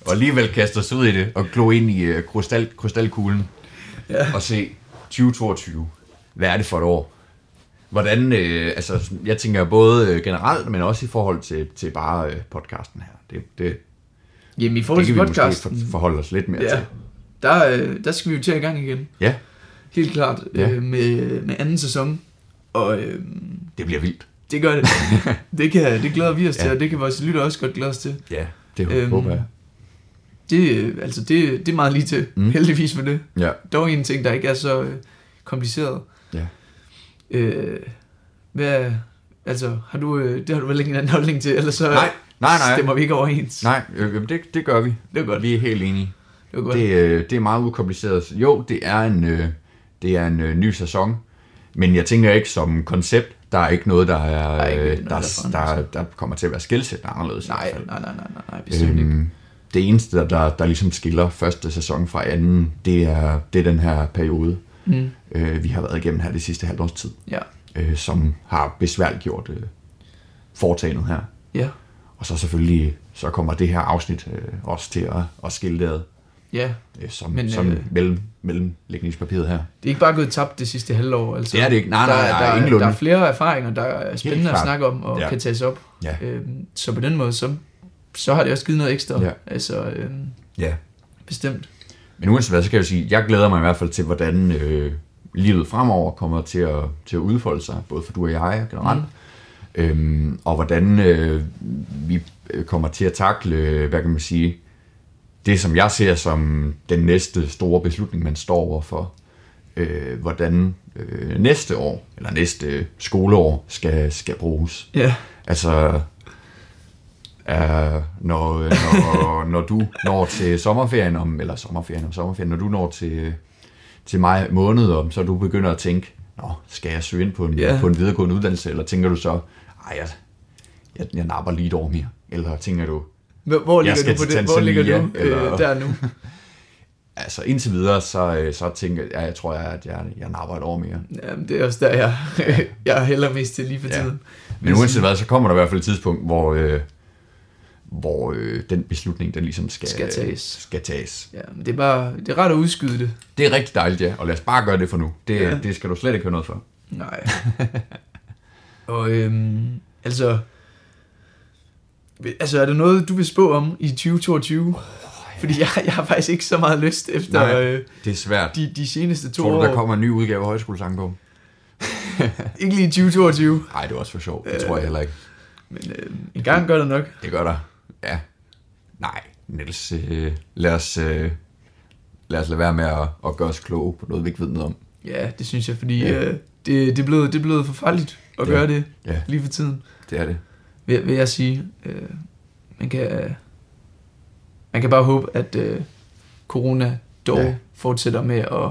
Speaker 2: og alligevel kaste os ud i det, og glo ind i øh, krystal, krystalkuglen, ja. og se 2022. Hvad er det for et år? Hvordan, øh, altså, jeg tænker både øh, generelt, men også i forhold til, til bare øh, podcasten her. Det, det,
Speaker 3: Jamen i forhold
Speaker 2: det
Speaker 3: til
Speaker 2: kan vi måske
Speaker 3: podcasten,
Speaker 2: for, forholde os lidt mere ja.
Speaker 3: ja,
Speaker 2: til.
Speaker 3: der, øh, der skal vi jo til i gang igen.
Speaker 2: Ja,
Speaker 3: Helt klart
Speaker 2: Ja.
Speaker 3: øh, med, med anden sæson. Og øh,
Speaker 2: det bliver vildt.
Speaker 3: Det gør det. Det, kan, det glæder vi os ja. til, og det kan vores lytter også godt glæde os til.
Speaker 2: Ja, det øhm, håber jeg.
Speaker 3: Det, øh, altså det, det er meget lige til, mm. heldigvis med det.
Speaker 2: Ja,
Speaker 3: Dog en ting, der ikke er så øh, kompliceret.
Speaker 2: ja.
Speaker 3: Øh, hvad, altså, har du, øh, det har du vel ikke en anden holdning til, eller så
Speaker 2: Nej, nej, nej.
Speaker 3: stemmer vi ikke overens.
Speaker 2: Nej, øh, jamen, det, det gør vi.
Speaker 3: Det er godt.
Speaker 2: Vi er helt enige.
Speaker 3: Det var godt.
Speaker 2: Det, øh, det er meget ukompliceret. Jo, det er en, øh, det er en øh, ny sæson, men jeg tænker ikke som koncept, der er ikke noget, der, er,
Speaker 3: Der er ikke
Speaker 2: øh,
Speaker 3: noget, der
Speaker 2: der,
Speaker 3: er
Speaker 2: der, der kommer til at være skilsættende anderledes. i hvert
Speaker 3: nej,
Speaker 2: fald.
Speaker 3: nej, nej, nej, nej, nej, bestemt ikke.
Speaker 2: Øhm, det eneste, der, der, der ligesom skiller første sæson fra anden, det er, det er den her periode,
Speaker 3: Mm,
Speaker 2: øh, vi har været igennem her det sidste halvårs tid,
Speaker 3: ja,
Speaker 2: øh, som har besværliggjort øh, foretagendet her.
Speaker 3: ja,
Speaker 2: Og så selvfølgelig, så kommer det her afsnit øh, også til at, at skille det ad,
Speaker 3: ja.
Speaker 2: øh, som,
Speaker 3: Men,
Speaker 2: Men, som
Speaker 3: øh,
Speaker 2: øh, mellem, mellemlægningspapiret her.
Speaker 3: Det er ikke bare gået tabt det sidste halve år. Altså.
Speaker 2: Det er det ikke. Nej, nej,
Speaker 3: der,
Speaker 2: nej,
Speaker 3: der,
Speaker 2: ingenlunde.
Speaker 3: Der er flere erfaringer, der er spændende at
Speaker 2: klart.
Speaker 3: snakke om og ja.
Speaker 2: Ja.
Speaker 3: kan tages op.
Speaker 2: Ja.
Speaker 3: Øhm, så på den måde, så, så har det også givet noget ekstra.
Speaker 2: Ja.
Speaker 3: Altså, øhm,
Speaker 2: Ja.
Speaker 3: bestemt.
Speaker 2: Men uanset hvad, så kan jeg jo sige, at jeg glæder mig i hvert fald til, hvordan øh, livet fremover kommer til at, til at udfolde sig, både for du og jeg generelt, mm. øhm, og hvordan øh, vi øh, kommer til at takle, øh, hvad kan man sige, det som jeg ser som den næste store beslutning, man står overfor, øh, hvordan øh, næste år, eller næste skoleår, skal, skal bruges.
Speaker 3: Ja.
Speaker 2: Altså, uh, når, når, når du når til sommerferien om, eller sommerferien om sommerferien, når du når til, til maj måned om, så du begynder at tænke, Nå, skal jeg søge ind på en,
Speaker 3: Ja.
Speaker 2: yeah. på en videregående uddannelse, eller tænker du så, ej, jeg, jeg, jeg napper lige et år mere, eller tænker du,
Speaker 3: Hvor, hvor
Speaker 2: Jeg
Speaker 3: ligger
Speaker 2: skal
Speaker 3: du på
Speaker 2: til
Speaker 3: det? Hvor ligger du
Speaker 2: Tanzania, eller-
Speaker 3: øh, der nu?
Speaker 2: altså indtil videre, så, øh, så tænker jeg, jeg tror, jeg, at jeg, jeg napper et år mere.
Speaker 3: Jamen, det er også der, jeg, jeg hælder mest til lige for
Speaker 2: Ja.
Speaker 3: tiden.
Speaker 2: Men uanset hvad, så kommer der i hvert fald et tidspunkt, hvor, øh, hvor øh, den beslutning, den ligesom skal,
Speaker 3: Skal tages.
Speaker 2: skal tages.
Speaker 3: Ja, men det er bare, det er rart at udskyde det.
Speaker 2: Det er rigtig dejligt, ja. Og lad os bare gøre det for nu. Det,
Speaker 3: Ja.
Speaker 2: ja. det skal du slet ikke høre noget for.
Speaker 3: Nej. og øhm, altså, altså er der noget, du vil spå om i 2022? Fordi jeg, jeg har faktisk ikke så meget lyst efter
Speaker 2: Nej.
Speaker 3: øh,
Speaker 2: Det er svært.
Speaker 3: de, de seneste to
Speaker 2: Tror du,
Speaker 3: år.
Speaker 2: der kommer en ny udgave af højskolesangbogen?
Speaker 3: Ikke lige i 2022,
Speaker 2: Nej, det er også for sjovt. Det tror jeg heller ikke.
Speaker 3: men øh, en gang gør det nok.
Speaker 2: Det gør der. Ja. Nej, Niels. Øh, lad, os, øh, lad os lade være med at, at gøre os kloge på noget, vi ikke ved noget om.
Speaker 3: Ja, det synes jeg, fordi
Speaker 2: Ja.
Speaker 3: øh, det, det, er blevet, det er blevet forfærdeligt at
Speaker 2: Ja.
Speaker 3: gøre det
Speaker 2: Ja,
Speaker 3: lige for tiden,
Speaker 2: det er det.
Speaker 3: vil, vil jeg sige. Øh, man, kan, man kan bare håbe, at øh, corona dog
Speaker 2: Ja.
Speaker 3: ja. fortsætter med at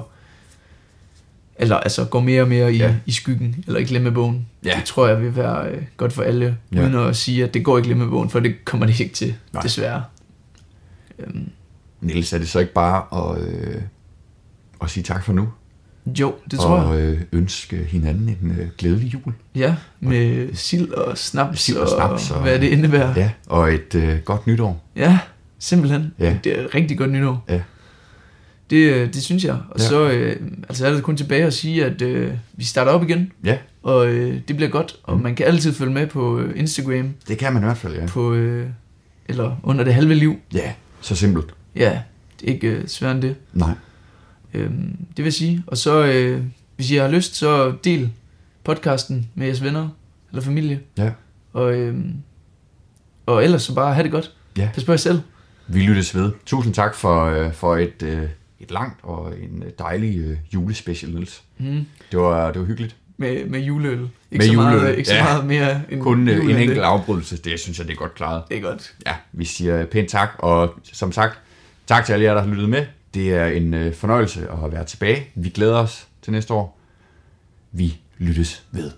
Speaker 3: eller altså går mere og mere i,
Speaker 2: Ja.
Speaker 3: ja. i skyggen, eller i glemmebogen.
Speaker 2: Ja.
Speaker 3: Det tror jeg vil være øh, godt for alle,
Speaker 2: Ja.
Speaker 3: uden at sige, at det går i glemmebogen, for det kommer det ikke til,
Speaker 2: Nej.
Speaker 3: desværre. Øhm,
Speaker 2: Niels, er det så ikke bare at, øh, at sige tak for nu?
Speaker 3: jo, det tror jeg.
Speaker 2: og øh, ønske hinanden en øh, glædelig jul.
Speaker 3: Ja, med sild og snaps,
Speaker 2: Sild og snaps
Speaker 3: og,
Speaker 2: og-
Speaker 3: hvad det indebærer.
Speaker 2: Ja, og et øh, godt nytår.
Speaker 3: Ja, simpelthen.
Speaker 2: Ja.
Speaker 3: Det er et rigtig godt nytår.
Speaker 2: Ja.
Speaker 3: Det, øh, det synes jeg. Og
Speaker 2: Ja.
Speaker 3: så øh, altså er det kun tilbage at sige, at øh, vi starter op igen,
Speaker 2: Ja,
Speaker 3: og øh, det bliver godt. Og man kan altid følge med på øh, Instagram,
Speaker 2: det kan man i hvert fald, Mm. ja.
Speaker 3: på, øh, eller under det halve liv.
Speaker 2: Ja, så simpelt.
Speaker 3: Ja, det er ikke øh, sværere end det.
Speaker 2: Nej.
Speaker 3: Øhm, det vil jeg sige. Og så, øh, hvis I har lyst, så del podcasten med jeres venner eller familie.
Speaker 2: Ja.
Speaker 3: Og, øhm, og ellers så bare have det godt.
Speaker 2: Ja.
Speaker 3: Pas på jer selv.
Speaker 2: Vi lyttes ved. Tusind tak for, øh, for et, øh, et langt og en øh, dejlig øh, julespecial, Niels.
Speaker 3: Mm.
Speaker 2: Det var, det var hyggeligt.
Speaker 3: Med, med juleøl. Ikke
Speaker 2: Med
Speaker 3: så Meget,
Speaker 2: juleøl,
Speaker 3: ikke så
Speaker 2: ja.
Speaker 3: meget mere end
Speaker 2: Kun øh,
Speaker 3: juleøl,
Speaker 2: en
Speaker 3: det-
Speaker 2: enkelt afbrydelse, det synes jeg, det er godt klaret.
Speaker 3: Det er godt.
Speaker 2: Ja, vi siger pænt tak, og som sagt, tak til alle jer, der har lyttet med. Det er en øh, fornøjelse at være tilbage. Vi glæder os til næste år. Vi lyttes ved.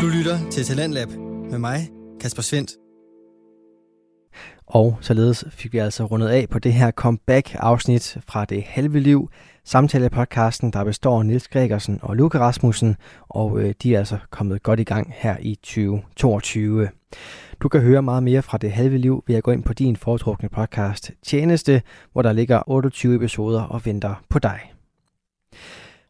Speaker 1: Du lytter til Talentlab med mig, Kasper Svendt. Og således fik vi altså rundet af på det her comeback-afsnit fra Det Halve Liv, samtale-podcasten, der består af Niels Gregersen og Luca Rasmussen, og øh, de er altså kommet godt i gang her i 2022. Du kan høre meget mere fra Det Halve Liv ved at gå ind på din foretrukne podcast Tjeneste, hvor der ligger 28 episoder og venter på dig.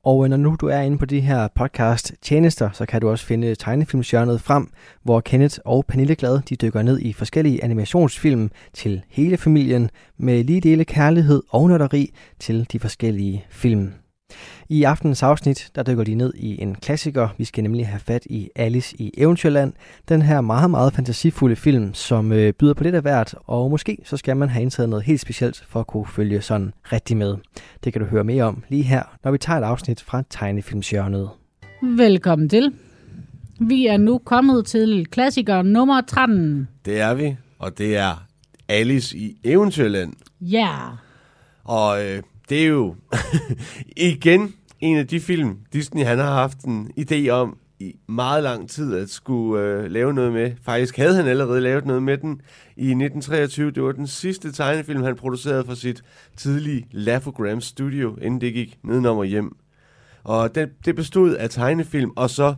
Speaker 1: Og øh, når nu du er inde på de her podcast tjenester, så kan du også finde tegnefilmsjørnet frem, hvor Kenneth og Pernille Glad de dykker ned i forskellige animationsfilm til hele familien med lige dele kærlighed og nørderi til de forskellige film. I aftenens afsnit, der dykker de ned i en klassiker. Vi skal nemlig have fat i Alice i Eventyrland. Den her meget, meget fantasifulde film, som øh, byder på lidt af hvert. Og måske så skal man have indtaget noget helt specielt for at kunne følge sådan rigtig med. Det kan du høre mere om lige her, når vi tager et afsnit fra Tegnefilmsjørnet.
Speaker 4: Velkommen til. Vi er nu kommet til klassiker nummer 13.
Speaker 5: Det er vi, og det er Alice i Eventyrland.
Speaker 4: Ja. Yeah.
Speaker 5: Og øh, det er jo igen en af de film, Disney han har haft en idé om i meget lang tid at skulle øh, lave noget med. Faktisk havde han allerede lavet noget med den i 1923. Det var den sidste tegnefilm, han producerede for sit tidlige Lafogram Studio, inden det gik nedenom og hjem. Og det, det bestod af tegnefilm, og så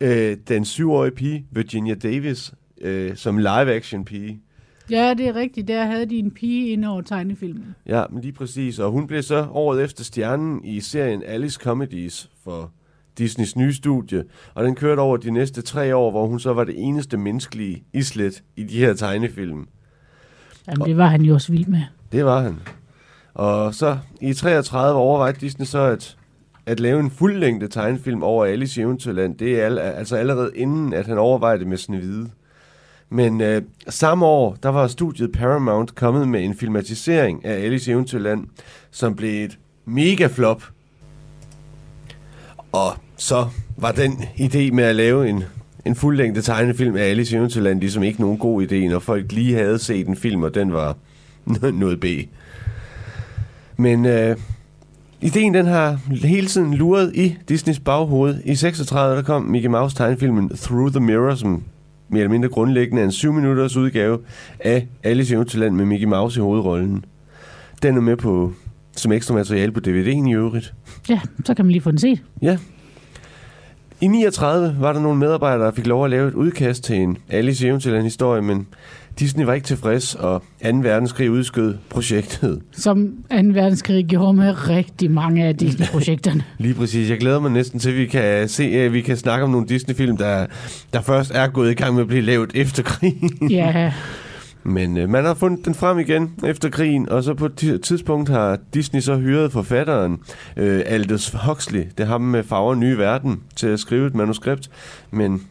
Speaker 5: øh, den syvårige pige, Virginia Davis, øh, som live-action pige.
Speaker 4: Ja, det er rigtigt. Der havde de en pige ind over tegnefilmen.
Speaker 5: Ja, men lige præcis. Og hun blev så året efter stjernen i serien Alice Comedies for Disneys nye studie. Og den kørte over de næste tre år, hvor hun så var det eneste menneskelige islet i de her tegnefilm.
Speaker 4: Jamen, det var han jo også vild med.
Speaker 5: Det var han. Og så i 33 overvejede Disney så, at at lave en fuldlængde tegnefilm over Alice i Eventyrland, det er al- altså allerede inden, at han overvejede det med Snevide. Men øh, samme år, der var studiet Paramount kommet med en filmatisering af Alice i Eventyrland, som blev et mega flop. Og så var den idé med at lave en, en fuldlængde tegnefilm af Alice i Eventyrland ligesom ikke nogen god idé, når folk lige havde set en film, og den var noget B. Men øh, ideen den har hele tiden luret i Disneys baghoved. I 36 der kom Mickey Mouse tegnefilmen Through the Mirror, som mere eller mindre grundlæggende er en 7 minutters udgave af Alice i Eventyrland med Mickey Mouse i hovedrollen. Den er med på som ekstra materiale på DVD'en i øvrigt.
Speaker 4: Ja, så kan man lige få den set.
Speaker 5: Ja. I 39 var der nogle medarbejdere, der fik lov at lave et udkast til en Alice i Eventyrland historie, men Disney var ikke tilfreds, og 2. verdenskrig udskød projektet.
Speaker 4: Som 2. verdenskrig gjorde med rigtig mange af Disney-projekterne.
Speaker 5: Lige præcis. Jeg glæder mig næsten til, at vi kan, se, at vi kan snakke om nogle Disney-film, der, der først er gået i gang med at blive lavet efter krigen.
Speaker 4: Ja.
Speaker 5: Men øh, man har fundet den frem igen efter krigen, og så på et tidspunkt har Disney så hyret forfatteren øh, Aldous Huxley, det er ham med farver nye verden, til at skrive et manuskript. Men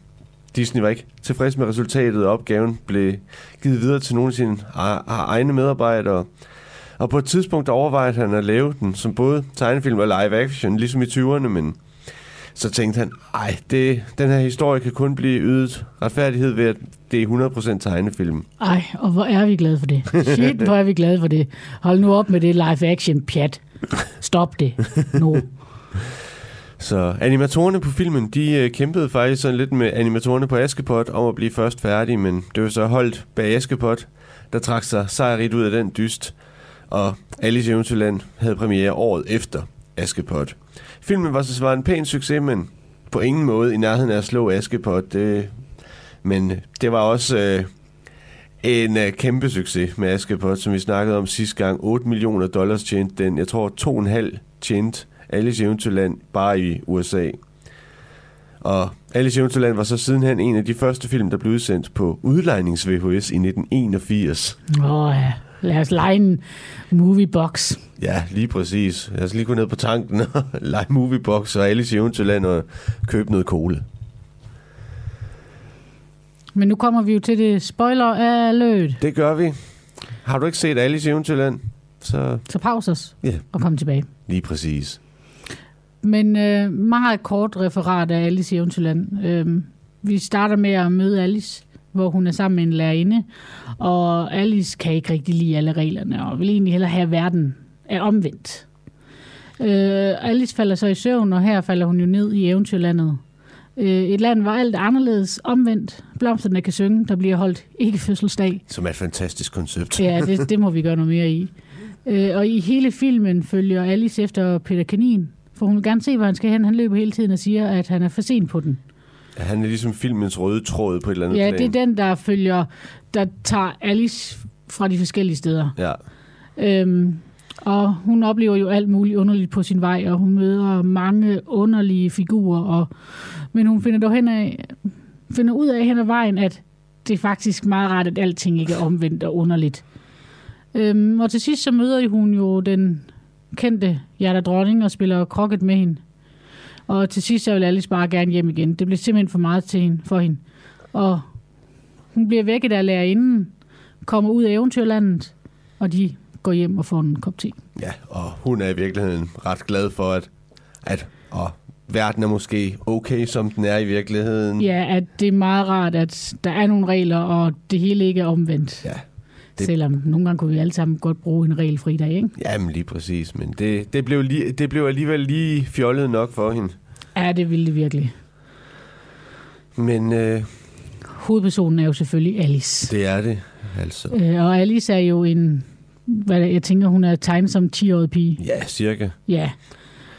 Speaker 5: Disney var ikke tilfreds med resultatet, og opgaven blev givet videre til nogle af sine egne medarbejdere. Og på et tidspunkt overvejede han at lave den som både tegnefilm og live action, ligesom i 20'erne, men så tænkte han, ej, det, den her historie kan kun blive ydet retfærdighed ved, at det er 100% tegnefilm.
Speaker 4: Ej, og hvor er vi glade for det. Shit, hvor er vi glade for det. Hold nu op med det live action pjat. Stop det nu. No.
Speaker 5: Så animatorerne på filmen, de øh, kæmpede faktisk sådan lidt med animatorerne på Askepot om at blive først færdige, men det var så holdt bag Askepot, der trak sig sejrigt ud af den dyst, og Alice i Eventyrland havde premiere året efter Askepot. Filmen var så svaret en pæn succes, men på ingen måde i nærheden af at slå Askepot. Det, men det var også øh, en øh, kæmpe succes med Askepot, som vi snakkede om sidste gang. 8 millioner dollars tjente den. Jeg tror 2,5 tjente Alice Eventyrland bare i USA. Og Alice Eventyrland var så sidenhen en af de første film, der blev udsendt på udlejnings-VHS i 1981.
Speaker 4: Åh oh, ja, lad os lege en moviebox.
Speaker 5: Ja, lige præcis. Lad os lige gå ned på tanken og lege moviebox og Alice Eventyrland og købe noget cola.
Speaker 4: Men nu kommer vi jo til det spoiler alert.
Speaker 5: Det gør vi. Har du ikke set Alice Eventyrland? Så,
Speaker 4: så pause os
Speaker 5: yeah.
Speaker 4: og kom tilbage.
Speaker 5: Lige præcis.
Speaker 4: Men øh, meget kort referat af Alice i Eventyrland. Øh, vi starter med at møde Alice, hvor hun er sammen med en lærerinde, og Alice kan ikke rigtig lide alle reglerne, og vil egentlig hellere have verden er omvendt. Øh, Alice falder så i søvn, og her falder hun jo ned i eventyrlandet. Øh, et land, hvor alt er anderledes, omvendt. Blomsterne kan synge, der bliver holdt ikke fødselsdag.
Speaker 5: Som er et fantastisk koncept.
Speaker 4: ja, det, det må vi gøre noget mere i. Øh, og i hele filmen følger Alice efter Peter Kanin, for hun vil gerne se, hvor han skal hen. Han løber hele tiden og siger, at han er for sent på den.
Speaker 5: Ja, han er ligesom filmens røde tråd på et eller andet
Speaker 4: Ja,
Speaker 5: plan.
Speaker 4: det er den, der følger, der tager Alice fra de forskellige steder.
Speaker 5: Ja.
Speaker 4: Øhm, Og hun oplever jo alt muligt underligt på sin vej, og hun møder mange underlige figurer. Og, men hun finder dog hen af, finder ud af hen ad vejen, at det er faktisk meget rart, at alting ikke er omvendt og underligt. Øhm, og til sidst så møder hun jo den kendte Gerda Dronning og spiller krokket med hende. Og til sidst så vil Alice bare gerne hjem igen. Det blev simpelthen for meget til hende, for hende. Og hun bliver vækket af lærerinden, kommer ud af eventyrlandet, og de går hjem og får en kop te.
Speaker 5: Ja, og hun er i virkeligheden ret glad for, at, at og verden er måske okay, som den er i virkeligheden.
Speaker 4: Ja, at det er meget rart, at der er nogle regler, og det hele ikke er omvendt.
Speaker 5: Ja,
Speaker 4: Det... Selvom nogle gange kunne vi alle sammen godt bruge en regelfri dag, ikke?
Speaker 5: jamen lige præcis. Men det, det, blev, lige, det blev alligevel lige fjollet nok for hende.
Speaker 4: Ja, det ville det virkelig.
Speaker 5: Men øh,
Speaker 4: Hovedpersonen er jo selvfølgelig Alice.
Speaker 5: det er det, altså.
Speaker 4: Øh, og Alice er jo en... Hvad, er det, jeg tænker, hun er tegnet som 10-årig pige.
Speaker 5: Ja, cirka.
Speaker 4: Ja.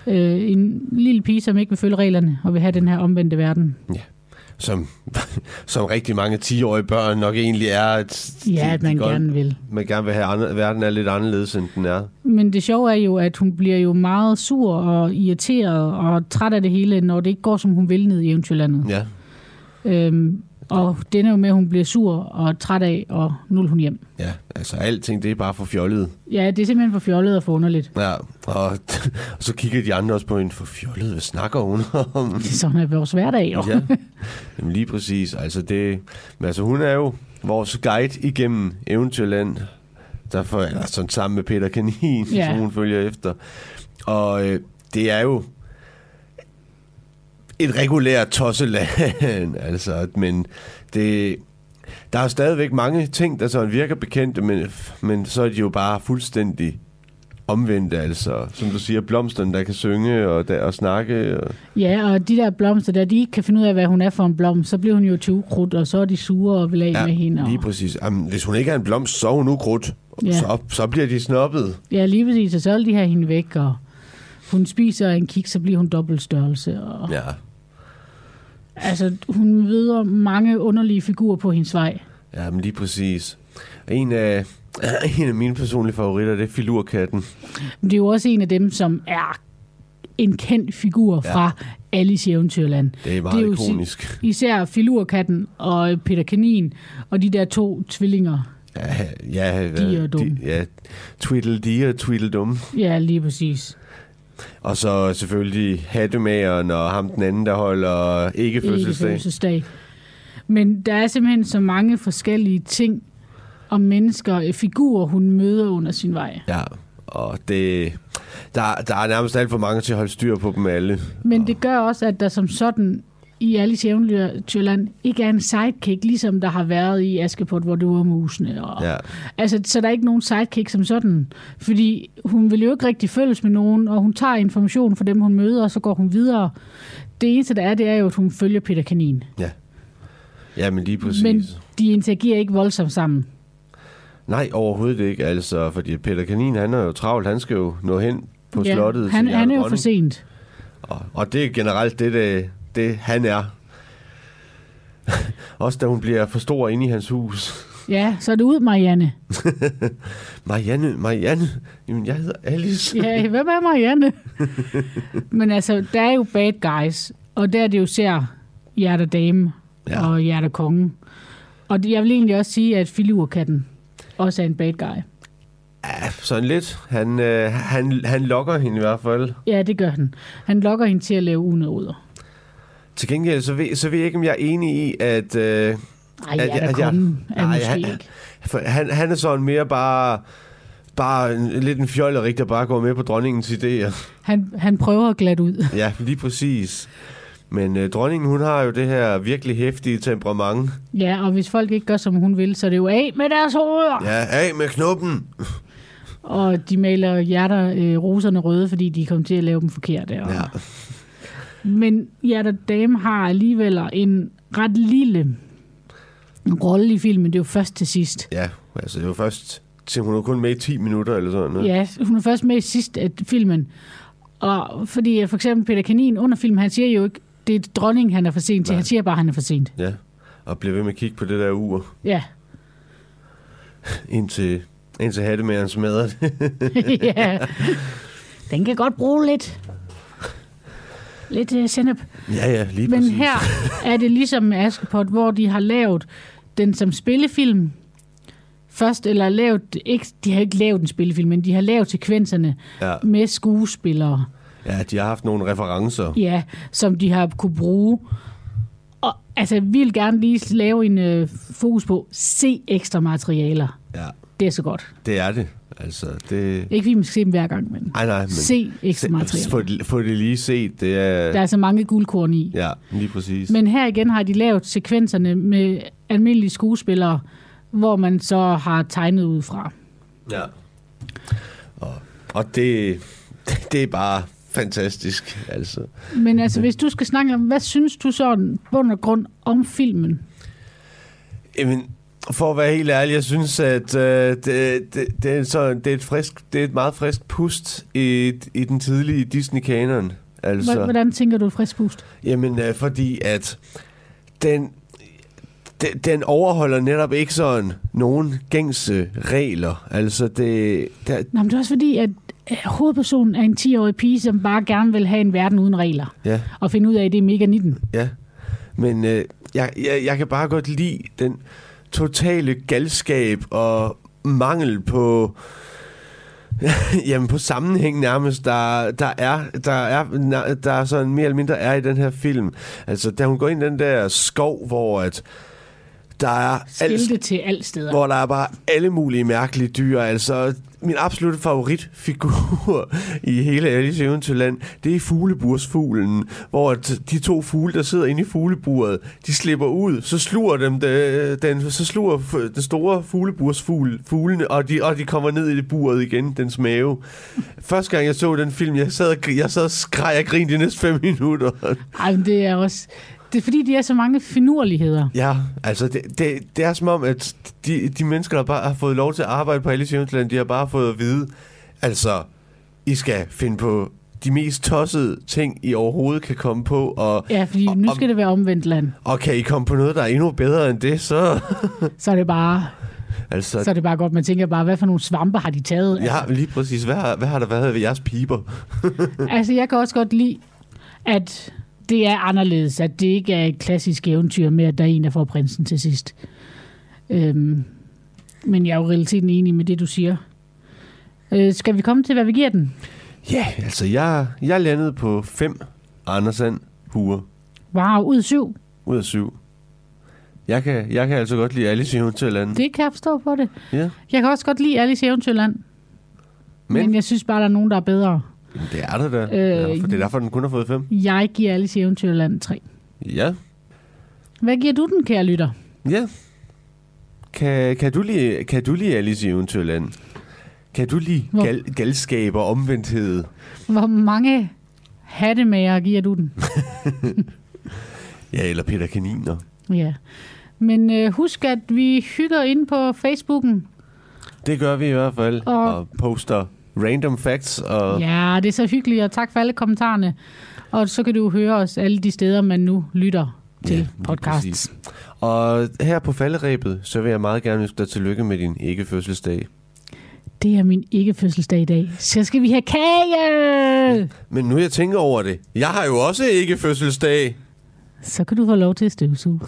Speaker 4: Øh, en lille pige, som ikke vil følge reglerne og vil have den her omvendte verden.
Speaker 5: Som, som rigtig mange 10-årige børn nok egentlig er. At
Speaker 4: Ja, at man
Speaker 5: godt-
Speaker 4: gerne vil.
Speaker 5: man gerne vil have, at verden er lidt anderledes, end den er.
Speaker 4: Men det sjove er jo, at hun bliver jo meget sur og irriteret og træt af det hele, når det ikke går, som hun vil ned i eventyrlandet.
Speaker 5: Ja,
Speaker 4: Øhm, og den er jo med, at hun bliver sur og træt af, og nu vil hun hjem.
Speaker 5: ja. altså alting, det er bare for fjollet.
Speaker 4: Ja, det er simpelthen for fjollet og for underligt.
Speaker 5: Ja, og, og så kigger de andre også på hende, for fjollet, hvad snakker hun om?
Speaker 4: Det er sådan er vores hverdag, jo.
Speaker 5: Ja, Jamen, lige præcis. Altså, det, men altså, hun er jo vores guide igennem Eventyrland, der får, eller sådan sammen med Peter Kanin, ja.
Speaker 4: Ja.
Speaker 5: som hun følger efter. Og øh, det er jo et regulært tosseland, altså, men det, der er stadigvæk mange ting, der sådan virker bekendte, men, men så er de jo bare fuldstændig omvendt, altså. Som du siger, blomsterne, der kan synge og, der, og snakke. Og,
Speaker 4: Ja, og de der blomster der, de ikke kan finde ud af, hvad hun er for en blomst, så bliver hun jo tyvekrudt, og så er de sure og vil af ja, med hende. Og...
Speaker 5: lige præcis. Jamen, hvis hun ikke er en blomst, så er hun ukrudt.
Speaker 4: Ja.
Speaker 5: Ja. Så, så bliver de snobbet.
Speaker 4: Ja, lige præcis, og så vil de have hende væk, og hun spiser en kiks, så bliver hun dobbelt størrelse. Og...
Speaker 5: Ja.
Speaker 4: Altså, hun møder mange underlige figurer på hendes vej.
Speaker 5: ja, men lige præcis. En af, en af mine personlige favoritter, det er filurkatten.
Speaker 4: Men det er jo også en af dem, som er en kendt figur
Speaker 5: Ja.
Speaker 4: ja. fra Alice i Eventyrland.
Speaker 5: Det er meget det er
Speaker 4: jo si-
Speaker 5: ikonisk.
Speaker 4: Især Filurkatten og Peter Kanin og de der to tvillinger.
Speaker 5: Ja, ja, hvad-
Speaker 4: De er dumme.
Speaker 5: ja, Tweedledee og Tweedledum.
Speaker 4: Ja, lige præcis.
Speaker 5: Og så selvfølgelig hattemageren og ham den anden, der holder ikke
Speaker 4: Ikke
Speaker 5: fødselsdag.
Speaker 4: fødselsdag. Men der er simpelthen så mange forskellige ting og mennesker, øh, figurer, hun møder under sin vej.
Speaker 5: Ja, og det, der, der er nærmest alt for mange til at holde styr på dem alle.
Speaker 4: Men det gør også, at der som sådan i Alice i Eventyrland ikke er en sidekick, ligesom der har været i Askepot, hvor du var musene. Og...
Speaker 5: Ja.
Speaker 4: Altså, så der er ikke nogen sidekick som sådan. Fordi hun vil jo ikke rigtig følges med nogen, og hun tager information fra dem, hun møder, og så går hun videre. Det eneste, der er, det er jo, at hun følger Peter Kanin.
Speaker 5: ja, men lige præcis.
Speaker 4: Men de interagerer ikke voldsomt sammen.
Speaker 5: Nej, overhovedet ikke, altså, fordi Peter Kanin, han er jo travlt, han skal jo nå hen på ja, slottet. til
Speaker 4: han,
Speaker 5: Jarl
Speaker 4: han er jo for
Speaker 5: Dronning.
Speaker 4: sent.
Speaker 5: Og, og det er generelt det, det, det han er. Også da hun bliver for stor inde i hans hus.
Speaker 4: Ja, så er det ud, Marianne.
Speaker 5: Marianne, Marianne, jamen jeg hedder Alice.
Speaker 4: Ja, hvem er Marianne? Men altså, der er jo bad guys, og der er det jo ser Hjerte Dame
Speaker 5: Ja.
Speaker 4: ja. og Hjerte Konge. Og det- jeg vil egentlig også sige, at Filurkatten også er en bad guy.
Speaker 5: Ja, sådan lidt. Han, øh, han, han lokker hende i hvert fald.
Speaker 4: Ja, det gør han. Han lokker hende til at lave unåder.
Speaker 5: Til gengæld, så ved, så ved jeg ikke, om jeg er enig i, at... Øh,
Speaker 4: Ej,
Speaker 5: Ja,
Speaker 4: jeg
Speaker 5: ja,
Speaker 4: er
Speaker 5: ja.
Speaker 4: der kongen. Er
Speaker 5: Nej,
Speaker 4: måske
Speaker 5: han-
Speaker 4: ikke.
Speaker 5: for han, han er sådan mere bare... Bare en, lidt en fjollerik, der bare går med på dronningens idéer.
Speaker 4: Han, han prøver at glatte ud.
Speaker 5: Ja, lige præcis. Men øh, dronningen, hun har jo det her virkelig hæftige temperament.
Speaker 4: Ja, og hvis folk ikke gør, som hun vil, så er det jo af med deres hoveder. Ja.
Speaker 5: Ja, af med knuppen!
Speaker 4: Og de maler hjerter øh, roserne røde, fordi de kom til at lave dem forkerte. Og...
Speaker 5: Ja,
Speaker 4: Men Hjerta Dame har alligevel en ret lille rolle i filmen. Det er jo først til sidst.
Speaker 5: ja altså det var først til hun var kun med i 10 minutter eller sådan noget.
Speaker 4: Ja, hun er først med i sidst af filmen. Og fordi øh, for eksempel Peter Kanin under filmen, han siger jo ikke, det er dronningen, han er for sent til.
Speaker 5: Nej.
Speaker 4: Han siger bare, han er for sent.
Speaker 5: ja. Og blev ved med at kigge på det der ur,
Speaker 4: Ja,
Speaker 5: indtil Indtil hattemæren smadrer det.
Speaker 4: ja. Den kan godt bruge lidt. Lidt uh, sennep.
Speaker 5: ja, ja, lige
Speaker 4: Men
Speaker 5: præcis.
Speaker 4: her er det ligesom med Askepot, hvor de har lavet den som spillefilm først, eller lavet, ikke, de har ikke lavet en spillefilm, men de har lavet sekvenserne
Speaker 5: Ja.
Speaker 4: med skuespillere,
Speaker 5: ja, de har haft nogle referencer.
Speaker 4: ja, som de har kunne bruge. Og altså, vi vil gerne lige lave en øh, fokus på, se ekstra materialer.
Speaker 5: Ja,
Speaker 4: Det er så godt.
Speaker 5: det er det. Altså, det...
Speaker 4: Ikke fordi man skal se dem hver gang, men,
Speaker 5: Ej, nej, men...
Speaker 4: se ekstra
Speaker 5: Se- Få
Speaker 4: materialer.
Speaker 5: det, få det lige set, det er...
Speaker 4: Der er så mange guldkorn i.
Speaker 5: Ja, lige præcis.
Speaker 4: Men her igen har de lavet sekvenserne med almindelige skuespillere, hvor man så har tegnet ud fra.
Speaker 5: Ja. Og, og det, det er bare fantastisk, altså.
Speaker 4: Men altså, hvis du skal snakke om, hvad synes du sådan bund og grund om filmen?
Speaker 5: Jamen, for at være helt ærlig, jeg synes, at øh, det, det, det, er så, det, er et frisk, det er et meget frisk pust i, i den tidlige Disney-kanon. Altså,
Speaker 4: Hva- Hvordan tænker du et frisk pust?
Speaker 5: Jamen, øh, fordi at den, den, den overholder netop ikke sådan nogen gængse regler. Altså, det, der,
Speaker 4: Nå, men det er også fordi, at øh, hovedpersonen er en 10-årig pige, som bare gerne vil have en verden uden regler.
Speaker 5: ja,
Speaker 4: Og finde ud af, at det er mega 19.
Speaker 5: Ja, men øh, jeg, jeg, jeg kan bare godt lide den totale galskab og mangel på jamen på sammenhæng nærmest der, der er der er na- der er sådan mere eller mindre er i den her film. Altså da hun går ind i den der skov hvor at der er alt,
Speaker 4: Skilte til alle steder.
Speaker 5: hvor der er bare alle mulige mærkelige dyr. Altså, min absolutte favoritfigur i hele Alice i Eventyrland, det er fuglebursfuglen, hvor at de to fugle, der sidder inde i fugleburet, de slipper ud, så sluger dem de, den, så sluger f- den store fuglebursfugl fuglene, og de, og de kommer ned i det buret igen, dens mave. Første gang jeg så den film, jeg sad, og gr- jeg sad og skreg og grinede de næste fem minutter.
Speaker 4: Ej, men det er også... Det er fordi, de er så mange finurligheder.
Speaker 5: Ja, altså det, det, det er som om, at de, de mennesker, der bare har fået lov til at arbejde på Alice i Eventyrland, de har bare fået at vide, altså, I skal finde på de mest tossede ting, I overhovedet kan komme på, og,
Speaker 4: Ja, fordi
Speaker 5: Og-
Speaker 4: nu
Speaker 5: og-
Speaker 4: skal det være omvendt land.
Speaker 5: og kan I komme på noget, der er endnu bedre end det, så...
Speaker 4: Så er det bare
Speaker 5: Altså,
Speaker 4: Så er det bare godt, man tænker bare, hvad for nogle svampe har de taget?
Speaker 5: jeg har lige præcis, hvad har, hvad har der været ved jeres piber?
Speaker 4: Altså, jeg kan også godt lide, at det er anderledes, at det ikke er et klassisk eventyr med, at der er en, der får prinsen til sidst. Øhm, men jeg er jo i realiteten enig med det, du siger. Øh, skal vi komme til, hvad vi giver den?
Speaker 5: Ja, yeah, altså, jeg, jeg landede på fem Andersen huer
Speaker 4: Wow, ud af syv.
Speaker 5: ud af syv. Jeg kan, jeg kan altså godt lide Alice i Eventyrland.
Speaker 4: Det kan jeg forstå på det.
Speaker 5: Ja,
Speaker 4: Jeg kan også godt lide Alice i Eventyrland, men, men jeg synes bare, der er nogen, der er bedre.
Speaker 5: Jamen, Det er der da.
Speaker 4: Øh,
Speaker 5: Øh, for det er derfor, den kun har fået fem.
Speaker 4: Jeg giver Alice i Eventyrland 3.
Speaker 5: Ja.
Speaker 4: Hvad giver du den, kære lytter?
Speaker 5: Ja. Kan, kan, du lide, kan du lide Alice i Eventyrland? Kan du lide
Speaker 4: Hvor-
Speaker 5: gal, galskab og omvendthed?
Speaker 4: Hvor mange hattemager giver du den?
Speaker 5: Ja, eller Peter Kaniner.
Speaker 4: Ja. Men øh, husk, at vi hygger ind på Facebooken.
Speaker 5: Det gør vi i hvert fald.
Speaker 4: Og-
Speaker 5: Og, og poster random facts. Og, ja.
Speaker 4: Ja, det er så hyggeligt, og tak for alle kommentarerne. Og så kan du høre os alle de steder, man nu lytter til
Speaker 5: Ja,
Speaker 4: ja,
Speaker 5: lige
Speaker 4: podcasts.
Speaker 5: præcis. og her på falderæbet, så vil jeg meget gerne ønske dig tillykke med din ikke-fødselsdag.
Speaker 4: Det er min ikke-fødselsdag i dag. Så skal vi have kage!
Speaker 5: Men nu jeg tænker over det, jeg har jo også ikke-fødselsdag.
Speaker 4: Så kan du få lov til at støvsuge.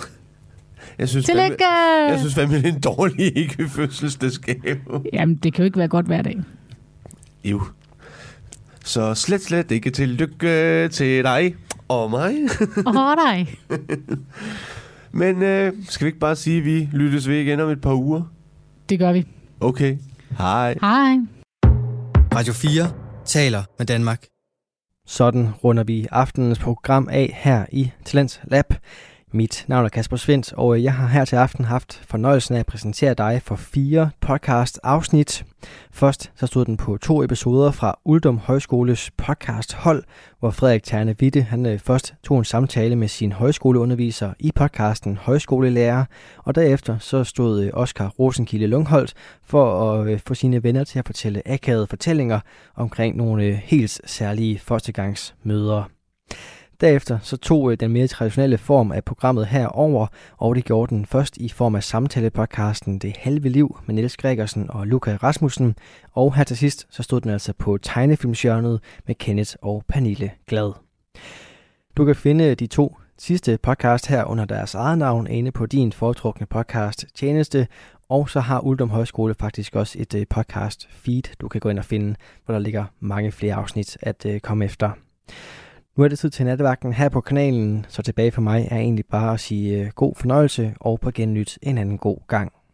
Speaker 5: Jeg synes, fandme,
Speaker 4: Tillykke!
Speaker 5: jeg synes fandme, det er en dårlig ikke-fødselsdagsgave.
Speaker 4: Jamen, det kan jo ikke være godt hver dag.
Speaker 5: Jo. Så slet, slet ikke tillykke til dig og mig.
Speaker 4: Åh, oh, nej.
Speaker 5: Men øh, skal vi ikke bare sige, at vi lyttes ved igen om et par uger?
Speaker 4: Det gør vi.
Speaker 5: Okay. Hej.
Speaker 4: Hej.
Speaker 1: Radio 4 taler med Danmark. Sådan runder vi aftenens program af her i Talents Lab. Mit navn er Kasper Svendt, og jeg har her til aften haft fornøjelsen af at præsentere dig for fire podcast-afsnit. Først så stod den på to episoder fra Uldum Højskoles podcast Hold, hvor Frederik Terne Witte han øh, først tog en samtale med sin højskoleunderviser i podcasten Højskolelærer, og derefter så stod øh, Oscar Rosenkilde Lungholdt for at øh, få sine venner til at fortælle akavede fortællinger omkring nogle øh, helt særlige førstegangsmødre. Derefter så tog øh, den mere traditionelle form af programmet herover, og det gjorde den først i form af samtalepodcasten Det Halve Liv med Niels Gregersen og Luca Rasmussen, og her til sidst så stod den altså på tegnefilmsjørnet med Kenneth og Pernille Glad. Du kan finde øh, de to sidste podcast her under deres eget navn inde på din foretrukne podcast tjeneste, og så har Uldum Højskole faktisk også et øh, podcast feed, du kan gå ind og finde, hvor der ligger mange flere afsnit at øh, komme efter. Nu er det tid til nattevagten her på kanalen, så tilbage for mig er egentlig bare at sige øh, god fornøjelse og på gennyt en anden god gang.